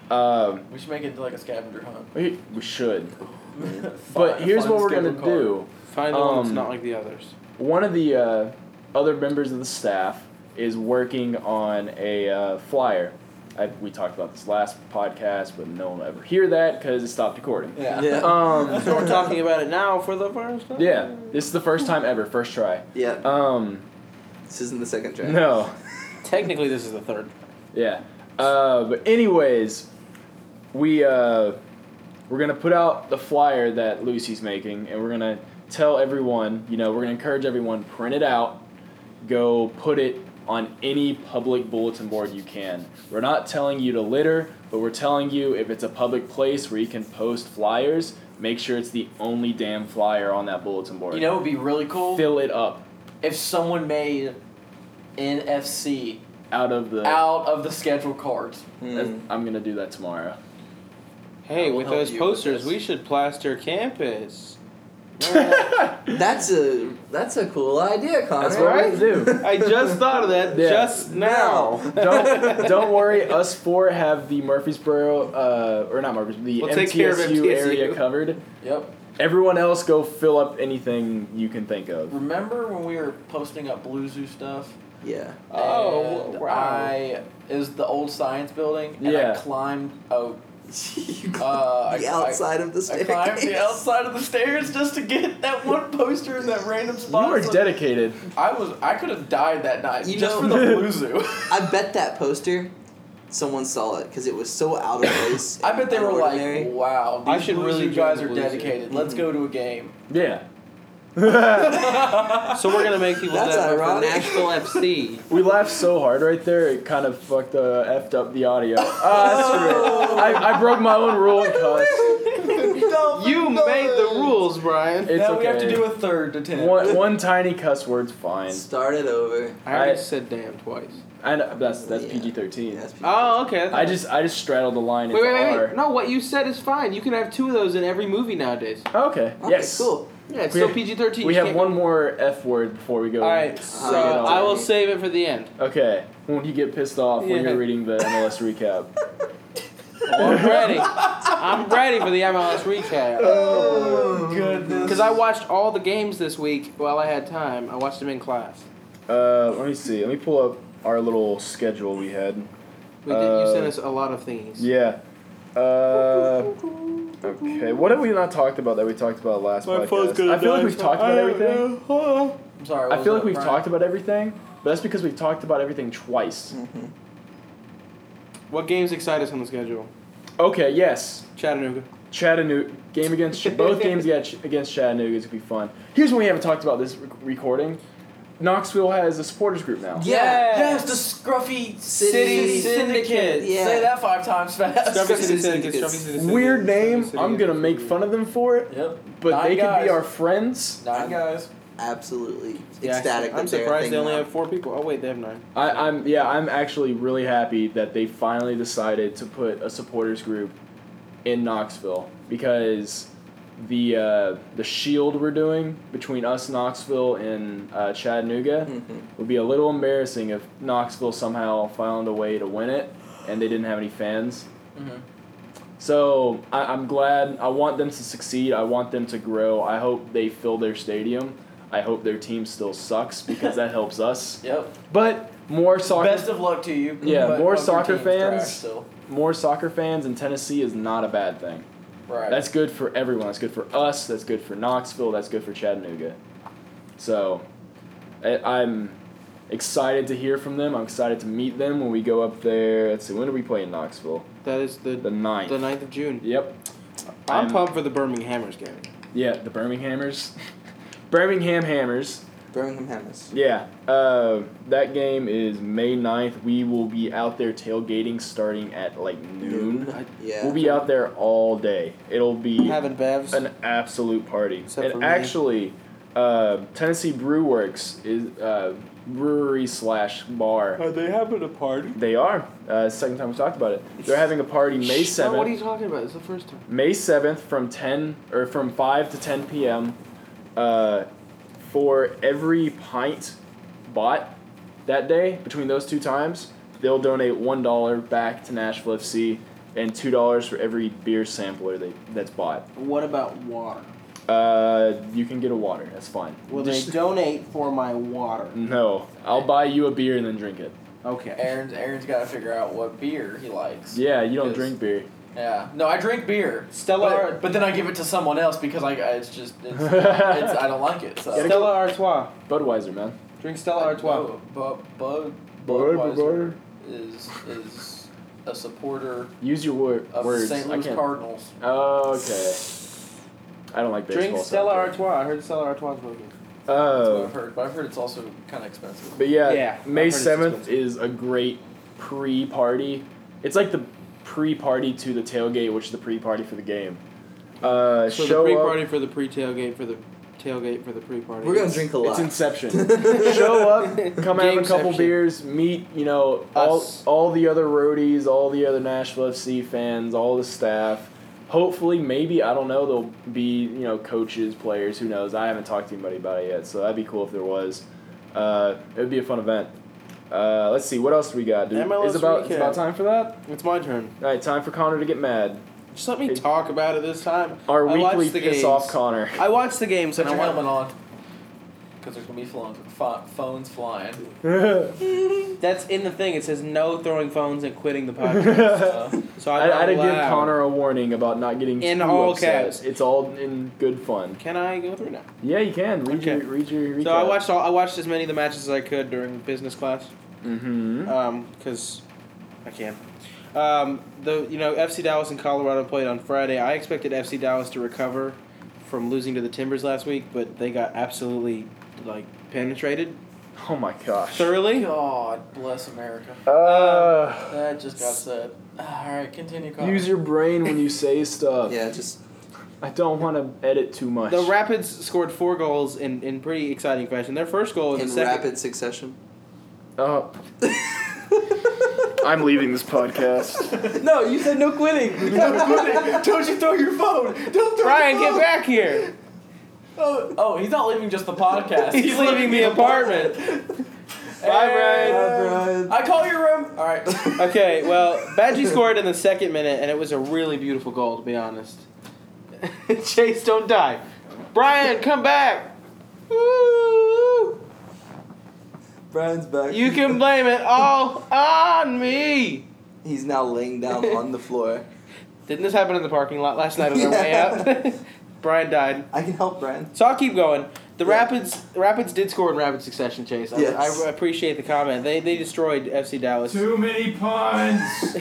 [SPEAKER 1] Um,
[SPEAKER 4] We should make it into like a scavenger hunt.
[SPEAKER 1] we we should,
[SPEAKER 4] Find-
[SPEAKER 1] but here's
[SPEAKER 4] find
[SPEAKER 1] what
[SPEAKER 4] the
[SPEAKER 1] we're gonna
[SPEAKER 4] scheduled card.
[SPEAKER 1] do.
[SPEAKER 2] Find the one that's
[SPEAKER 1] um,
[SPEAKER 2] not like the others.
[SPEAKER 1] one of the uh, other members of the staff is working on a uh, flyer. I, we talked about this last podcast, but no one will ever hear that because it stopped recording.
[SPEAKER 4] Yeah.
[SPEAKER 3] Yeah.
[SPEAKER 1] Um,
[SPEAKER 2] So we're talking about it now for the first time.
[SPEAKER 1] yeah, this is the first time ever, first try.
[SPEAKER 3] yeah,
[SPEAKER 1] Um,
[SPEAKER 3] this isn't the second draft.
[SPEAKER 1] no,
[SPEAKER 2] Technically, this is the third.
[SPEAKER 1] yeah. Uh, but anyways, we uh, we're gonna put out the flyer that Lucy's making, and we're gonna tell everyone. You know, we're gonna encourage everyone print it out, go put it on any public bulletin board you can. We're not telling you to litter, but we're telling you if it's a public place where you can post flyers, make sure it's the only damn flyer on that bulletin board.
[SPEAKER 4] You know, it would be really cool
[SPEAKER 1] fill it up
[SPEAKER 4] if someone made NFC
[SPEAKER 1] out of the.
[SPEAKER 4] out of the schedule cards.
[SPEAKER 1] That's-
[SPEAKER 3] Mm.
[SPEAKER 1] I'm gonna do that tomorrow.
[SPEAKER 2] Hey,
[SPEAKER 4] I will
[SPEAKER 2] with
[SPEAKER 4] help
[SPEAKER 2] those
[SPEAKER 4] you with
[SPEAKER 2] posters,
[SPEAKER 4] this.
[SPEAKER 2] we should plaster campus.
[SPEAKER 3] That's a that's a cool idea, Connor.
[SPEAKER 1] That's what we do.
[SPEAKER 2] I just thought of that
[SPEAKER 1] Yeah.
[SPEAKER 2] just now.
[SPEAKER 1] don't don't worry. Us four have the Murfreesboro, uh, or not Murfreesboro, the
[SPEAKER 2] We'll
[SPEAKER 1] MTSU,
[SPEAKER 2] take care of
[SPEAKER 1] area
[SPEAKER 2] MTSU.
[SPEAKER 1] covered.
[SPEAKER 4] Yep.
[SPEAKER 1] Everyone else, go fill up anything you can think of.
[SPEAKER 4] Remember when we were posting up Blue Zoo stuff?
[SPEAKER 3] Yeah.
[SPEAKER 2] Oh,
[SPEAKER 4] And
[SPEAKER 2] wow.
[SPEAKER 4] I is the old science building, and
[SPEAKER 1] Yeah.
[SPEAKER 4] I climbed a
[SPEAKER 3] you
[SPEAKER 4] Uh, I-
[SPEAKER 3] the
[SPEAKER 4] I-
[SPEAKER 3] outside of the
[SPEAKER 4] I
[SPEAKER 3] staircase.
[SPEAKER 4] climbed the outside of the stairs just to get that one poster in that random
[SPEAKER 1] You
[SPEAKER 4] spot.
[SPEAKER 1] are
[SPEAKER 4] So
[SPEAKER 1] dedicated.
[SPEAKER 4] I was I could have died that night
[SPEAKER 3] You know-
[SPEAKER 4] just for the blue zoo.
[SPEAKER 3] I bet that poster someone saw it because it was so out of place.
[SPEAKER 4] I bet they
[SPEAKER 3] and
[SPEAKER 4] were
[SPEAKER 3] ordinary.
[SPEAKER 4] like, "Wow, these
[SPEAKER 2] I should
[SPEAKER 4] Blues
[SPEAKER 2] really
[SPEAKER 4] you guys are
[SPEAKER 2] join the Blues, yeah.
[SPEAKER 4] dedicated. Let's go to a game."
[SPEAKER 1] Yeah.
[SPEAKER 2] So we're gonna make people
[SPEAKER 3] That's
[SPEAKER 2] that way for
[SPEAKER 3] ironic.
[SPEAKER 2] Nashville FC.
[SPEAKER 1] we laughed so hard right there, it kind of fucked uh, effed up the audio. Ah, screw it. I, I broke my own rule and cussed.
[SPEAKER 2] You made the rules, Brian.
[SPEAKER 1] It's
[SPEAKER 4] now
[SPEAKER 1] okay.
[SPEAKER 4] we have to do a third to ten.
[SPEAKER 1] one, one tiny cuss word's fine.
[SPEAKER 3] Start it over.
[SPEAKER 2] I already
[SPEAKER 1] I-
[SPEAKER 2] said damn twice.
[SPEAKER 1] I know, that's that's
[SPEAKER 3] Yeah.
[SPEAKER 1] PG thirteen.
[SPEAKER 3] That's people.
[SPEAKER 2] Oh, okay.
[SPEAKER 1] I just I just straddled the line.
[SPEAKER 2] wait,
[SPEAKER 1] into
[SPEAKER 2] wait, wait,
[SPEAKER 1] R.
[SPEAKER 2] wait. No, what you said is fine. You can have two of those in every movie nowadays.
[SPEAKER 1] Okay.
[SPEAKER 3] Okay,
[SPEAKER 1] yes.
[SPEAKER 3] Cool.
[SPEAKER 2] Yeah, it's
[SPEAKER 1] We
[SPEAKER 2] still
[SPEAKER 1] have-
[SPEAKER 2] PG thirteen.
[SPEAKER 1] We have one more F word before we go.
[SPEAKER 2] All right,
[SPEAKER 3] Uh,
[SPEAKER 2] so
[SPEAKER 3] yeah.
[SPEAKER 2] I will save it for the end.
[SPEAKER 1] Okay. When you get pissed off when
[SPEAKER 2] Yeah.
[SPEAKER 1] you're reading the MLS recap.
[SPEAKER 2] I'm ready. I'm ready for the MLS recap.
[SPEAKER 4] Oh goodness!
[SPEAKER 2] Because I watched all the games this week while I had time. I watched them in class.
[SPEAKER 1] Uh, let me see. Let me pull up our little schedule we had.
[SPEAKER 2] We did, you sent
[SPEAKER 1] Uh,
[SPEAKER 2] us a lot of things.
[SPEAKER 1] Yeah. Uh, okay. What have we not talked about that we talked about last
[SPEAKER 2] My phone's
[SPEAKER 1] podcast?
[SPEAKER 2] gonna
[SPEAKER 1] I feel like
[SPEAKER 2] die.
[SPEAKER 1] we've talked about
[SPEAKER 2] I-
[SPEAKER 1] everything.
[SPEAKER 4] I'm sorry. what
[SPEAKER 1] I
[SPEAKER 4] was
[SPEAKER 1] feel
[SPEAKER 4] that,
[SPEAKER 1] like we've
[SPEAKER 4] Brian?
[SPEAKER 1] talked about everything, but that's because we've talked about everything twice.
[SPEAKER 2] What games excite us on the schedule?
[SPEAKER 1] Okay. Yes.
[SPEAKER 2] Chattanooga.
[SPEAKER 1] Chattanooga game against both games against against Chattanooga is gonna be fun. Here's what we haven't talked about this rec- recording. Knoxville has a supporters group now.
[SPEAKER 4] Yeah.
[SPEAKER 2] Yeah.
[SPEAKER 4] Yes, the scruffy
[SPEAKER 3] City
[SPEAKER 4] syndicate.
[SPEAKER 2] Syndicate.
[SPEAKER 3] Yeah.
[SPEAKER 4] Say that five times fast.
[SPEAKER 2] Strawberry City
[SPEAKER 3] City
[SPEAKER 2] Syndicate.
[SPEAKER 3] Syndicates.
[SPEAKER 2] Strawberry City Syndicate.
[SPEAKER 1] Weird name.
[SPEAKER 2] Strawberry
[SPEAKER 1] I'm
[SPEAKER 2] City
[SPEAKER 1] gonna make fun of them for it,
[SPEAKER 4] Yep.
[SPEAKER 1] but
[SPEAKER 4] Nine
[SPEAKER 1] they could
[SPEAKER 4] guys.
[SPEAKER 1] be our friends.
[SPEAKER 4] Nine guys.
[SPEAKER 3] Absolutely
[SPEAKER 2] Yeah,
[SPEAKER 3] ecstatic.
[SPEAKER 2] I'm
[SPEAKER 3] that they're a
[SPEAKER 2] surprised
[SPEAKER 3] thing
[SPEAKER 2] they only
[SPEAKER 3] now.
[SPEAKER 2] have four people. Oh wait, they have nine.
[SPEAKER 1] I, I'm yeah. I'm actually really happy that they finally decided to put a supporters group in Knoxville because the uh, the shield we're doing between us Knoxville and uh, Chattanooga.
[SPEAKER 3] Mhm.
[SPEAKER 1] would be a little embarrassing if Knoxville somehow found a way to win it and they didn't have any fans.
[SPEAKER 4] Mhm.
[SPEAKER 1] So I, I'm glad. I want them to succeed. I want them to grow. I hope they fill their stadium. I hope their team still sucks because that helps us.
[SPEAKER 4] Yep.
[SPEAKER 1] But more soccer,
[SPEAKER 4] Best of luck to you.
[SPEAKER 1] Yeah, more
[SPEAKER 4] but hope your
[SPEAKER 1] soccer
[SPEAKER 4] team's trash
[SPEAKER 1] fans.
[SPEAKER 4] still.
[SPEAKER 1] more soccer fans in Tennessee is not a bad thing.
[SPEAKER 4] Right.
[SPEAKER 1] That's good for everyone. That's good for us. That's good for Knoxville. That's good for Chattanooga. So I, I'm excited to hear from them. I'm excited to meet them when we go up there. Let's see, when do we play in Knoxville?
[SPEAKER 2] That is the
[SPEAKER 1] The
[SPEAKER 2] the,
[SPEAKER 1] ninth.
[SPEAKER 2] 9th of June.
[SPEAKER 1] Yep.
[SPEAKER 2] I'm,
[SPEAKER 1] I'm-
[SPEAKER 2] pumped for the Birminghamers game.
[SPEAKER 1] Yeah, the Birminghamers. Birmingham Hammers.
[SPEAKER 3] Birmingham Hammers.
[SPEAKER 1] Yeah. Uh, that game is May 9th. We will be out there tailgating starting at like noon.
[SPEAKER 2] I
[SPEAKER 3] Yeah.
[SPEAKER 1] We'll be out there all day. It'll be
[SPEAKER 2] having bevs.
[SPEAKER 1] an absolute party.
[SPEAKER 2] Except for
[SPEAKER 1] and
[SPEAKER 2] me.
[SPEAKER 1] actually, uh, Tennessee Brew Works is uh, brewery slash bar.
[SPEAKER 2] Are they having a party?
[SPEAKER 1] They are. Uh, second time we talked about it. They're having a party May
[SPEAKER 2] No, what are you
[SPEAKER 1] seventh.
[SPEAKER 2] talking about? It's the first time.
[SPEAKER 1] May seventh from ten or from five to ten p.m. Uh, for every pint bought that day between those two times, they'll donate one dollar back to Nashville FC and two dollars for every beer sampler they that's bought.
[SPEAKER 2] What about water?
[SPEAKER 1] Uh, you can get a water. That's fine.
[SPEAKER 2] Will
[SPEAKER 1] Just-
[SPEAKER 2] they donate for my water?
[SPEAKER 1] No, I'll buy you a beer and then drink it.
[SPEAKER 2] Okay.
[SPEAKER 4] Aaron's Aaron's got to figure out what beer he likes.
[SPEAKER 1] Yeah, you don't
[SPEAKER 4] Yes.
[SPEAKER 1] drink beer.
[SPEAKER 4] Yeah. No, I drink beer.
[SPEAKER 2] Stella,
[SPEAKER 4] But,
[SPEAKER 2] Ar-
[SPEAKER 4] but then I give it to someone else because I, I it's just it's, it's I don't like it. So.
[SPEAKER 2] Stella Artois.
[SPEAKER 1] Budweiser, man.
[SPEAKER 2] Drink Stella Artois.
[SPEAKER 4] Bud Bud Budweiser is is a supporter
[SPEAKER 1] Use your wor-
[SPEAKER 4] of the
[SPEAKER 1] words.
[SPEAKER 4] St.
[SPEAKER 1] I
[SPEAKER 4] Louis
[SPEAKER 1] can't.
[SPEAKER 4] Cardinals.
[SPEAKER 1] Oh, okay. I don't like baseball.
[SPEAKER 2] Drink
[SPEAKER 1] so
[SPEAKER 2] Stella
[SPEAKER 1] I'm kidding.
[SPEAKER 2] Artois. I heard Stella Artois is really good.
[SPEAKER 4] That's what I've
[SPEAKER 1] Oh,
[SPEAKER 4] heard, but I've heard it's also kind of expensive.
[SPEAKER 1] but yeah,
[SPEAKER 2] Yeah, I've heard
[SPEAKER 1] May
[SPEAKER 2] it's
[SPEAKER 1] seventh
[SPEAKER 2] expensive.
[SPEAKER 1] is a great pre-party. It's like the pre-party to the tailgate, which is the pre-party for the game. Uh,
[SPEAKER 2] So
[SPEAKER 1] show
[SPEAKER 2] the
[SPEAKER 1] up-
[SPEAKER 2] pre-party for the pre-tailgate for the tailgate for the pre-party.
[SPEAKER 3] We're gonna drink a lot.
[SPEAKER 1] It's Inception. Show up, come have a couple
[SPEAKER 2] Gameception.
[SPEAKER 1] beers, meet you know all
[SPEAKER 2] Us.
[SPEAKER 1] all the other roadies, all the other Nashville FC fans, all the staff. Hopefully, maybe I don't know. There'll be you know coaches, players. Who knows? I haven't talked to anybody about it yet, so that'd be cool if there was. Uh, it would be a fun event. Uh, let's see what else we got. Dude,
[SPEAKER 2] MLS
[SPEAKER 1] it's about it's
[SPEAKER 2] recap.
[SPEAKER 1] about time for that.
[SPEAKER 2] It's my turn.
[SPEAKER 1] All right, time for Connor to get mad.
[SPEAKER 2] Just let me
[SPEAKER 1] Hey.
[SPEAKER 2] talk about it this time.
[SPEAKER 1] Our
[SPEAKER 2] I watched
[SPEAKER 1] weekly
[SPEAKER 2] the
[SPEAKER 1] piss
[SPEAKER 2] games.
[SPEAKER 1] off, Connor.
[SPEAKER 2] I watched the games
[SPEAKER 4] Put
[SPEAKER 2] and I
[SPEAKER 4] your
[SPEAKER 2] want
[SPEAKER 4] helmet on, because there's gonna be phones, pho- phones flying.
[SPEAKER 2] That's in the thing. It says no throwing phones and quitting the podcast.
[SPEAKER 1] I,
[SPEAKER 4] So,
[SPEAKER 2] so I'm
[SPEAKER 1] I had to give
[SPEAKER 2] allowed-
[SPEAKER 1] Connor a warning about not getting
[SPEAKER 2] In
[SPEAKER 1] too
[SPEAKER 2] all
[SPEAKER 1] upset.
[SPEAKER 2] caps.
[SPEAKER 1] It's all in good fun.
[SPEAKER 2] Can I go through now?
[SPEAKER 1] Yeah, you can read
[SPEAKER 2] Okay.
[SPEAKER 1] your read your. Recap.
[SPEAKER 2] So I watched all. I watched as many of the matches as I could during business class.
[SPEAKER 1] Mm-hmm.
[SPEAKER 2] Um, because I can. Um, the you know FC Dallas and Colorado played on Friday. I expected FC Dallas to recover from losing to the Timbers last week, but they got absolutely like penetrated
[SPEAKER 1] Oh my gosh.
[SPEAKER 2] thoroughly.
[SPEAKER 4] God bless America.
[SPEAKER 1] Uh,
[SPEAKER 4] That just got said. Ah, All right, continue. Connor.
[SPEAKER 1] use your brain when you say stuff.
[SPEAKER 3] Yeah, just
[SPEAKER 1] I don't want to edit too much.
[SPEAKER 2] The Rapids scored four goals in, in pretty exciting fashion. Their first goal was
[SPEAKER 3] in
[SPEAKER 2] the second.
[SPEAKER 3] rapid succession.
[SPEAKER 1] Oh, I'm leaving this podcast.
[SPEAKER 4] No, you said no quitting. No quitting. Don't you throw your phone. Don't throw
[SPEAKER 2] Ryan,
[SPEAKER 4] your
[SPEAKER 2] get
[SPEAKER 4] phone.
[SPEAKER 2] back here.
[SPEAKER 4] Oh, oh, he's not leaving just the podcast.
[SPEAKER 2] He's leaving the apartment. Bye, Ryan.
[SPEAKER 4] I call your room. All right.
[SPEAKER 2] Okay, well, Badgie scored in the second minute, and it was a really beautiful goal, to be honest. Chase, don't die. Brian, come back. Woo!
[SPEAKER 3] Brian's back.
[SPEAKER 2] You can blame it all on me.
[SPEAKER 3] He's now laying down on the floor.
[SPEAKER 2] Didn't this happen in the parking lot last night on our way out? Brian died.
[SPEAKER 3] I can help Brian.
[SPEAKER 2] So I'll keep going. The
[SPEAKER 3] Yeah.
[SPEAKER 2] Rapids, the Rapids did score in rapid succession. Chase, I,
[SPEAKER 3] Yes.
[SPEAKER 2] I appreciate the comment. They they destroyed FC Dallas.
[SPEAKER 1] Too many puns.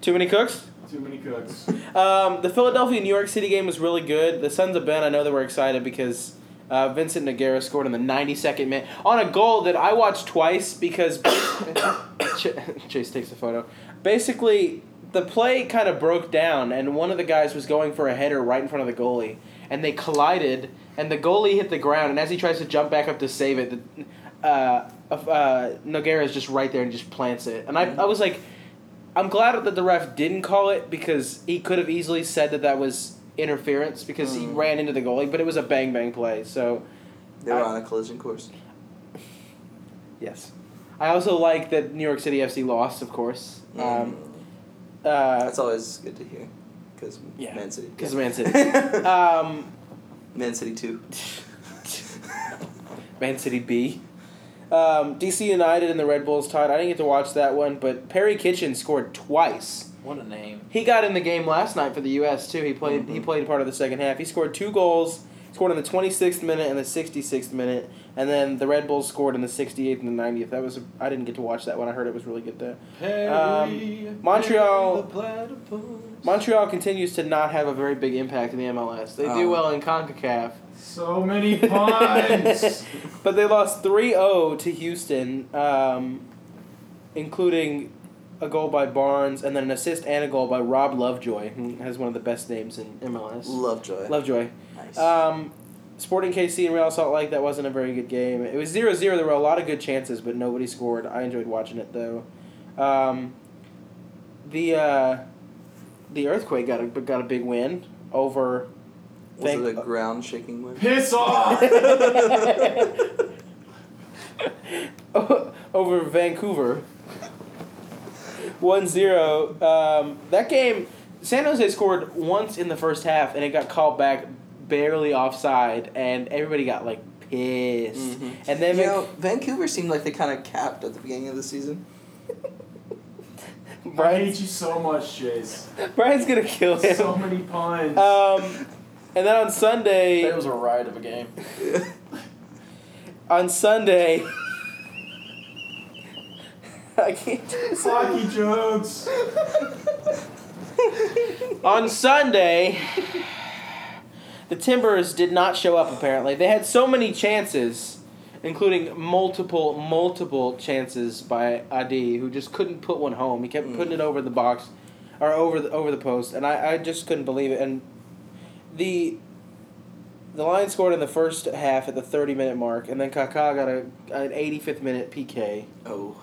[SPEAKER 2] Too many cooks.
[SPEAKER 1] Too many cooks.
[SPEAKER 2] Um, the Philadelphia New York City game was really good. The Sons of Ben, I know they were excited because uh, Vincent Nogueira scored in the 92nd minute on a goal that I watched twice because Ch- Chase takes a photo. Basically, the play kind of broke down, and one of the guys was going for a header right in front of the goalie, and they collided, and the goalie hit the ground, and as he tries to jump back up to save it, the, uh, uh, Nogueira is just right there and just plants it, and I, I was like. I'm glad that the ref didn't call it because he could have easily said that that was interference because he ran into the goalie, but it was a bang bang play. So
[SPEAKER 3] They were
[SPEAKER 2] I-
[SPEAKER 3] on a collision course.
[SPEAKER 2] yes, I also like that New York City FC lost, of course. Um,
[SPEAKER 3] Mm.
[SPEAKER 2] uh,
[SPEAKER 3] That's always good to hear, because
[SPEAKER 2] Yeah.
[SPEAKER 3] Man City.
[SPEAKER 2] 'Cause Man City.
[SPEAKER 3] City.
[SPEAKER 2] um,
[SPEAKER 3] Man City too.
[SPEAKER 2] Man City B. Um, DC United and the Red Bulls tied. I didn't get to watch that one, but Perry Kitchen scored twice.
[SPEAKER 4] What a name.
[SPEAKER 2] He got in the game last night for the U.S. too. He played. He
[SPEAKER 3] Mhm.
[SPEAKER 2] played part of the second half. He scored two goals. Scored in the 26th minute and the 66th minute, and then the Red Bulls scored in the 68th and the 90th. That was I I didn't get to watch that one. I heard it was really good though.
[SPEAKER 4] Perry,
[SPEAKER 2] Montreal-
[SPEAKER 4] Perry the platypus.
[SPEAKER 2] Montreal continues to not have a very big impact in the MLS. They do
[SPEAKER 3] Oh.
[SPEAKER 2] well in Concacaf,
[SPEAKER 1] So many
[SPEAKER 2] puns. but they lost 3-0 to Houston, um, including a goal by Barnes and then an assist and a goal by Rob Lovejoy, who has one of the best names in MLS.
[SPEAKER 3] Lovejoy.
[SPEAKER 2] Lovejoy.
[SPEAKER 3] nice.
[SPEAKER 2] Um, Sporting KC and Real Salt Lake, that wasn't a very good game. It was 0 0. There were a lot of good chances, but nobody scored. I enjoyed watching it, though. Um, the uh, the Earthquake got a, got a big win over.
[SPEAKER 3] Was
[SPEAKER 2] thank-
[SPEAKER 3] it a ground shaking one?
[SPEAKER 1] Piss off.
[SPEAKER 2] over Vancouver. 1 0. Um, that game, San Jose scored once in the first half, and it got called back barely offside, and everybody got like pissed.
[SPEAKER 3] Mhm.
[SPEAKER 1] Mm-hmm.
[SPEAKER 2] And
[SPEAKER 3] You
[SPEAKER 2] then
[SPEAKER 3] know, Vancouver seemed like they kind of capped at the beginning of the season.
[SPEAKER 1] I
[SPEAKER 2] Brian,
[SPEAKER 1] hate you so much, Chase.
[SPEAKER 2] Brian's gonna kill him.
[SPEAKER 1] So many puns.
[SPEAKER 2] um, and then on Sunday,
[SPEAKER 4] That was a riot of a game.
[SPEAKER 2] on Sunday, I can't. do this.
[SPEAKER 1] Hockey jokes.
[SPEAKER 2] on Sunday, the Timbers did not show up. Apparently, they had so many chances, including multiple, multiple chances by Adi, who just couldn't put one home. He kept
[SPEAKER 3] Mm.
[SPEAKER 2] putting it over the box, or over the over the post, and I, I just couldn't believe it. And the the Lions scored in the first half at the thirty minute mark, and then Kaká got a an eighty fifth minute PK.
[SPEAKER 3] Oh.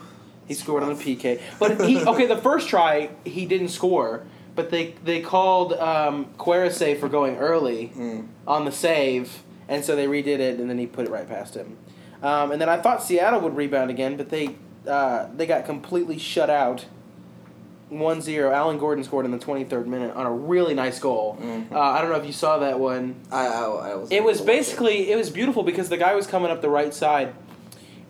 [SPEAKER 2] He scored on a PK, but he okay. The first try he didn't score, but they they called um, Cuarese for going early
[SPEAKER 3] Mm.
[SPEAKER 2] on the save, and so they redid it, and then he put it right past him. Um, and then I thought Seattle would rebound again, but they uh, they got completely shut out. 1-0. Alan Gordon scored in the twenty third minute on a really nice goal.
[SPEAKER 3] Mhm.
[SPEAKER 2] Uh, I don't know if you saw that one.
[SPEAKER 3] I, I, I was.
[SPEAKER 2] It was basically it was beautiful because the guy was coming up the right side,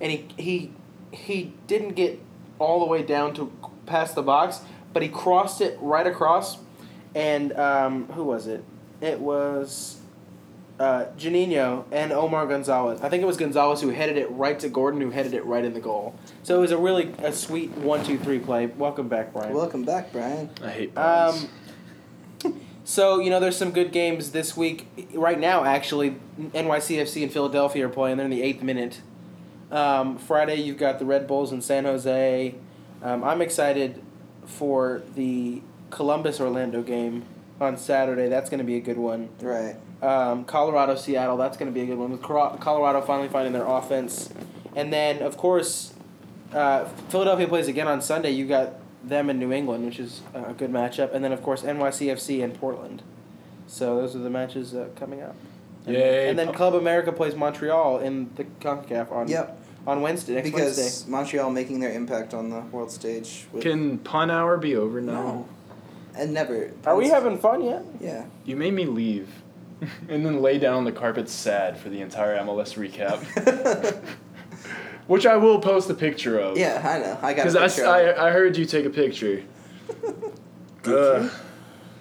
[SPEAKER 2] and he he he didn't get all the way down to past the box, but he crossed it right across, and um, who was it? It was uh, Janino and Omar Gonzalez. I think it was Gonzalez who headed it right to Gordon, who headed it right in the goal. So it was a really a sweet one, two, three play. Welcome back, Brian.
[SPEAKER 3] Welcome back, Brian.
[SPEAKER 1] I hate puns.
[SPEAKER 2] Um, so you know, there's some good games this week. Right now, actually, NYCFC and Philadelphia are playing. They're in the eighth minute. Um, Friday, you've got the Red Bulls in San Jose. Um, I'm excited for the Columbus Orlando game on Saturday. That's going to be a good one.
[SPEAKER 3] Right.
[SPEAKER 2] Um, Colorado Seattle. That's going to be a good one. With Cor- Colorado finally finding their offense, and then of course, uh, Philadelphia plays again on Sunday. You got them in New England, which is uh, a good matchup, and then of course NYCFC and Portland. So those are the matches uh, coming up. And,
[SPEAKER 1] Yay,
[SPEAKER 2] And then
[SPEAKER 1] pop-
[SPEAKER 2] Club America plays Montreal in the Concacaf on
[SPEAKER 3] Yep.
[SPEAKER 2] on Wednesday next
[SPEAKER 3] because
[SPEAKER 2] Wednesday.
[SPEAKER 3] Montreal making their impact on the world stage. With,
[SPEAKER 1] Can pun hour be over now?
[SPEAKER 3] No. and never.
[SPEAKER 2] Are we having fun yet?
[SPEAKER 3] Yeah.
[SPEAKER 1] You made me leave. and then lay down on the carpet sad for the entire MLS recap, which I will post a picture of.
[SPEAKER 3] yeah, I know. I got.
[SPEAKER 1] Because I, s-
[SPEAKER 3] I,
[SPEAKER 1] I, I heard you take a picture. Ugh.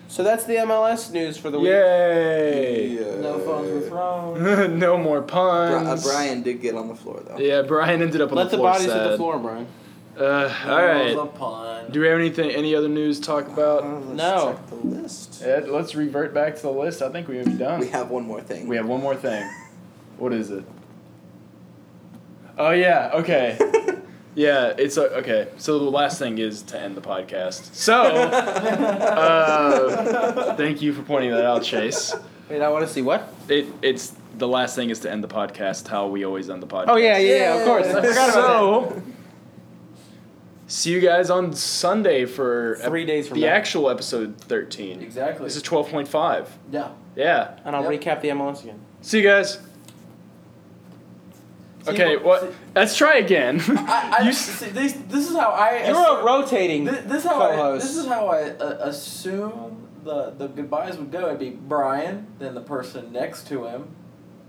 [SPEAKER 2] So that's the MLS news for the week.
[SPEAKER 1] Yay!
[SPEAKER 4] No phones were thrown.
[SPEAKER 1] no more
[SPEAKER 3] Uh,
[SPEAKER 1] puns.
[SPEAKER 3] Brian did get on the floor though.
[SPEAKER 1] Yeah, Brian ended up on
[SPEAKER 2] Let the,
[SPEAKER 1] the floor.
[SPEAKER 2] bodies hit
[SPEAKER 1] sad.
[SPEAKER 2] the floor, Brian.
[SPEAKER 1] Uh, all
[SPEAKER 4] That
[SPEAKER 1] right.
[SPEAKER 4] was a pun.
[SPEAKER 1] Do we have anything? Any other news to talk about?
[SPEAKER 3] Uh, let's
[SPEAKER 2] No.
[SPEAKER 3] Check the list.
[SPEAKER 1] Ed, let's revert back to the list. I think we have done.
[SPEAKER 3] We have one more thing.
[SPEAKER 1] We have one more thing. What is it? Oh yeah. Okay. Yeah. It's a, okay. So the last thing is to end the podcast. So, Oh. uh, thank you for pointing that out, Chase.
[SPEAKER 2] Wait, I want to see what?
[SPEAKER 1] It it's the last thing is to end the podcast. How we always end the podcast.
[SPEAKER 2] Oh yeah, yeah, yeah, of
[SPEAKER 3] Yeah.
[SPEAKER 2] course. I forgot about that.
[SPEAKER 1] so, see you guys on Sunday for ep-
[SPEAKER 2] Three days from
[SPEAKER 1] the
[SPEAKER 2] now.
[SPEAKER 1] actual episode thirteen.
[SPEAKER 4] Exactly.
[SPEAKER 1] This is twelve point five.
[SPEAKER 4] Yeah.
[SPEAKER 1] Yeah.
[SPEAKER 2] And I'll
[SPEAKER 4] Yep.
[SPEAKER 2] recap the MLS again.
[SPEAKER 1] See you guys.
[SPEAKER 4] See,
[SPEAKER 1] Okay,
[SPEAKER 4] but-
[SPEAKER 1] what? Let's try again.
[SPEAKER 4] I, I,
[SPEAKER 1] You s-
[SPEAKER 4] see, this, this is how I.
[SPEAKER 2] You're
[SPEAKER 4] assume-
[SPEAKER 2] a rotating
[SPEAKER 4] This, this how I,
[SPEAKER 2] co-host.
[SPEAKER 4] this is how I uh, assume the the goodbyes would go. It'd be Brian, then the person next to him,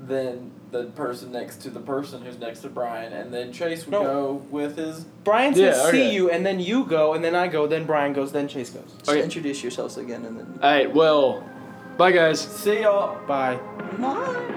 [SPEAKER 4] then the person next to the person who's next to Brian, and then Chase would
[SPEAKER 2] No.
[SPEAKER 4] go with his.
[SPEAKER 2] Brian
[SPEAKER 1] Yeah,
[SPEAKER 2] says
[SPEAKER 1] okay.
[SPEAKER 2] see you, and then you go, and then I go, then Brian goes, then Chase goes.
[SPEAKER 3] Just
[SPEAKER 1] Okay.
[SPEAKER 3] introduce yourselves again and then.
[SPEAKER 1] All right, well, bye guys.
[SPEAKER 4] See y'all.
[SPEAKER 2] Bye.
[SPEAKER 3] Mom.